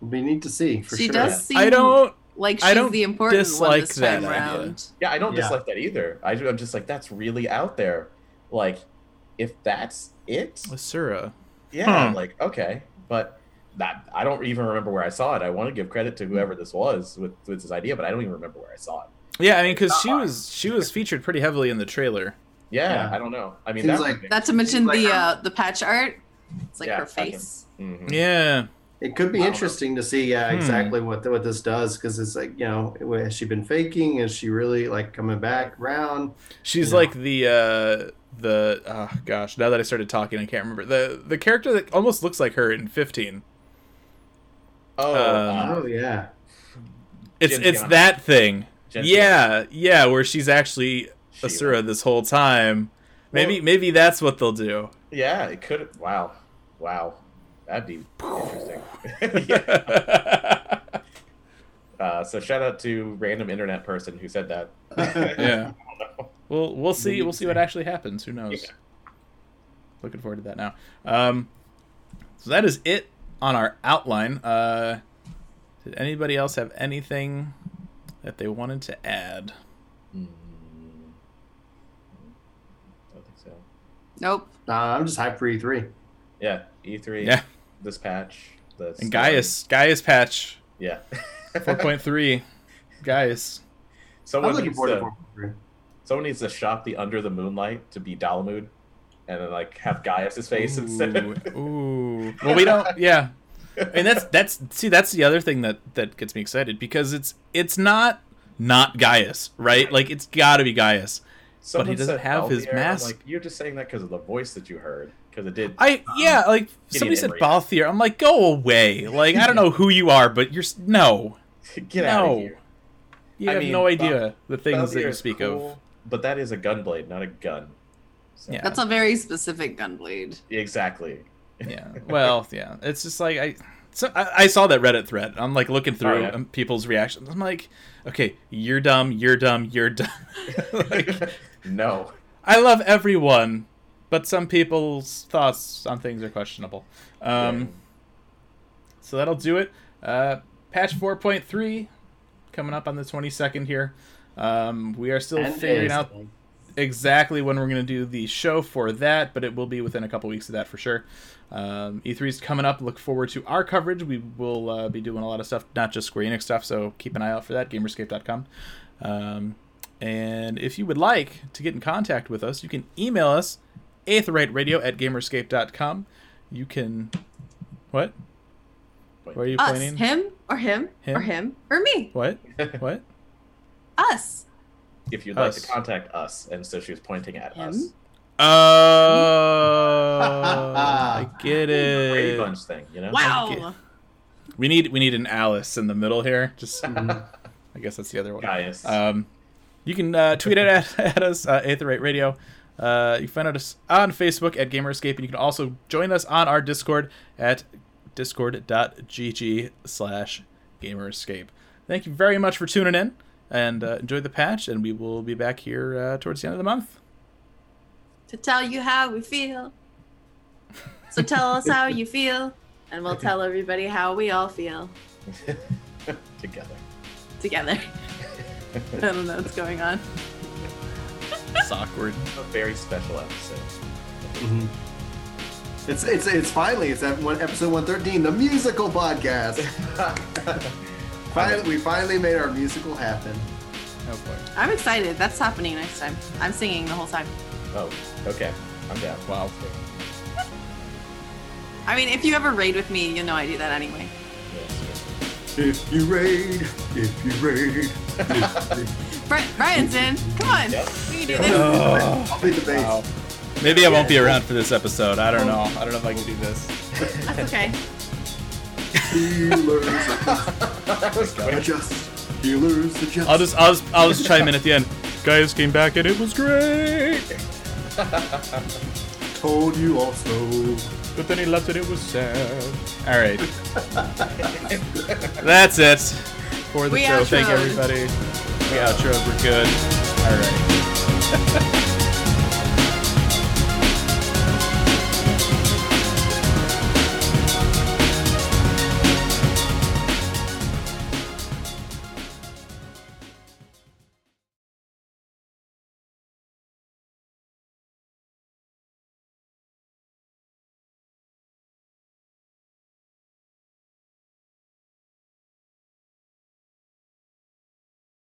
D: We need to see for
E: she
D: sure.
E: does seem
C: I don't.
E: like she's
C: I don't
E: the important one
C: dislike
E: this
C: that
E: time
C: idea.
E: around.
F: Yeah, I don't
D: Yeah.
F: dislike that either. I, am just like, that's really out there. Like, if that's it,
C: Asura.
F: yeah,
C: Hmm.
F: like okay, but that I don't even remember where I saw it. I want to give credit to whoever this was with, with this idea, but I don't even remember where I saw it.
C: Yeah, I mean, because she was she was featured pretty heavily in the trailer.
F: Yeah,
D: Yeah.
F: I don't know. I mean,
D: Seems
F: that would
D: like-
F: be-
E: Not to mention
D: Like
E: the
D: her-
E: uh, the patch art. It's like
F: Yeah,
E: her
D: Mm.
F: patch art.
E: face.
F: Mhm.
C: Yeah,
D: it could be interesting to see yeah
C: Hmm.
D: exactly what what this does because it's like you know has she been faking is she really like coming back around
C: She's
D: Yeah.
C: like the uh the oh gosh, now that I started talking I can't remember. The the character that almost looks like her in 15.
F: Oh,
C: Um,
F: uh,
D: oh yeah
C: It's
F: Gen
C: it's
F: Kiana.
C: that thing.
F: Gen
C: yeah, yeah, where she's actually
F: She-
C: Asura this whole time. Maybe
F: Well-
C: maybe that's what they'll do.
F: Yeah, it could. Wow, wow, that'd be interesting. yeah.
C: yeah.
F: Uh, so shout out to random internet person who said that.
C: We'll we'll see
F: need
C: we'll
F: to
C: see what actually happens. Who knows?
F: Yeah.
C: Looking forward to that now. Um, so that is it on our outline. Uh, did anybody else have anything that they wanted to add?
F: Mm. I don't think so.
E: Nope.
D: uh, i'm just hyped for e3
F: Yeah, E3.
C: Yeah.
F: This patch. This
C: And Gaius Gaius patch
F: Yeah.
C: four point three. Gaius.
F: someone
D: i'm looking
F: needs
D: forward to
F: to-
D: 4.3.
F: Someone needs to shop the Under the Moonlight to be Dalamud, and then like have Gaius's face instead.
C: Ooh,
F: Of...
C: ooh. Well, we don't. Yeah. And that's that's see that's the other thing that that gets me excited because it's it's not not Gaius right like it's got to be Gaius.
F: Someone
C: doesn't
F: said
C: have his
F: Balthier, I'm
C: mask.
F: Like you're just saying that because of the voice that you heard, because it did.
C: I yeah, like somebody said
F: Emery.
C: Balthier. I'm like, go away. Like I don't know who you are, but you're s- no,
F: Get
C: no.
F: out of here.
C: you
F: I
C: have
F: mean,
C: no
F: Bal-
C: idea the things that
F: Balthier
C: you
F: is
C: speak
F: cool, But that is a gunblade, not a gun. So,
C: Yeah.
E: That's a very specific gun blade.
F: Exactly.
C: of. Yeah. Well, yeah. It's just like I. So I, I saw that Reddit thread. I'm like looking through
F: Oh, yeah.
C: um, people's reactions. I'm like, okay, you're dumb, you're dumb, you're dumb. like,
F: no.
C: I love everyone, but some people's thoughts on things are questionable. Um, So that'll do it. Uh, patch 4.3 coming up on the 22nd here. Um, we are still
D: 10
C: figuring
D: days, I
C: out
D: think.
C: exactly when we're going to do the show for that, but it will be within a couple weeks of that for sure. Um, E3 is coming up. Look forward to our coverage. We will uh, be doing a lot of stuff, not just Square Enix stuff, so keep an eye out for that. Gamerscape.com. Um, and if you would like to get in contact with us, you can email us, aetherite.radio at gamerscape.com. You can. What? What are you
E: Us,
C: pointing?
E: him, or him,
C: Him?
E: or him, or me.
C: What? What?
E: Us.
F: If you'd like
C: Us.
F: to contact us, and so she was pointing at
E: Him?
F: us.
C: Oh, I get
F: Brady
C: it.
F: Bunch thing, you know.
E: Wow.
C: We need we need an Alice in the middle here. Just, mm-hmm. I guess that's the other one.
F: Gaius.
C: Um, you can uh, tweet it at, at us, uh, Aetherite Radio. Uh, you can find us on Facebook at Gamerscape, and you can also join us on our Discord at discord.gg slash Gamerscape. Thank you very much for tuning in, and uh, enjoy the patch, and we will be back here uh, towards the end of the month.
E: To tell you how we feel. So tell us how you feel, and we'll tell everybody how we all feel
F: Together.
E: together. I don't know what's going on.
C: It's awkward.
F: A very special episode.
D: Mhm. Mm-hmm. it's it's it's finally it's at one, episode 113 the musical podcast finally we finally made our musical happen
C: Oh boy.
E: I'm excited. That's happening next time. I'm singing the whole time.
F: oh, okay. I'm down.
C: Wow.
E: I mean, if you ever raid with me, you know I do that anyway.
D: if you raid if you raid
E: Bri- Brian's in. Come on.
F: Yep.
E: We can do this.
D: i'll be the bass
C: Wow. Maybe I won't be around for this episode. I don't know. I don't know if I can do this.
E: That's okay.
D: healers
F: That was quick.
D: adjust healers adjust
C: I'll just I'll just, I'll just chime in at the end. Guys came back and it was great,
D: told you also
C: but then he left and it was sad. All right, that's it for the
E: We
C: show. Thank
E: outroed.
C: everybody. We outro. We're good. All right.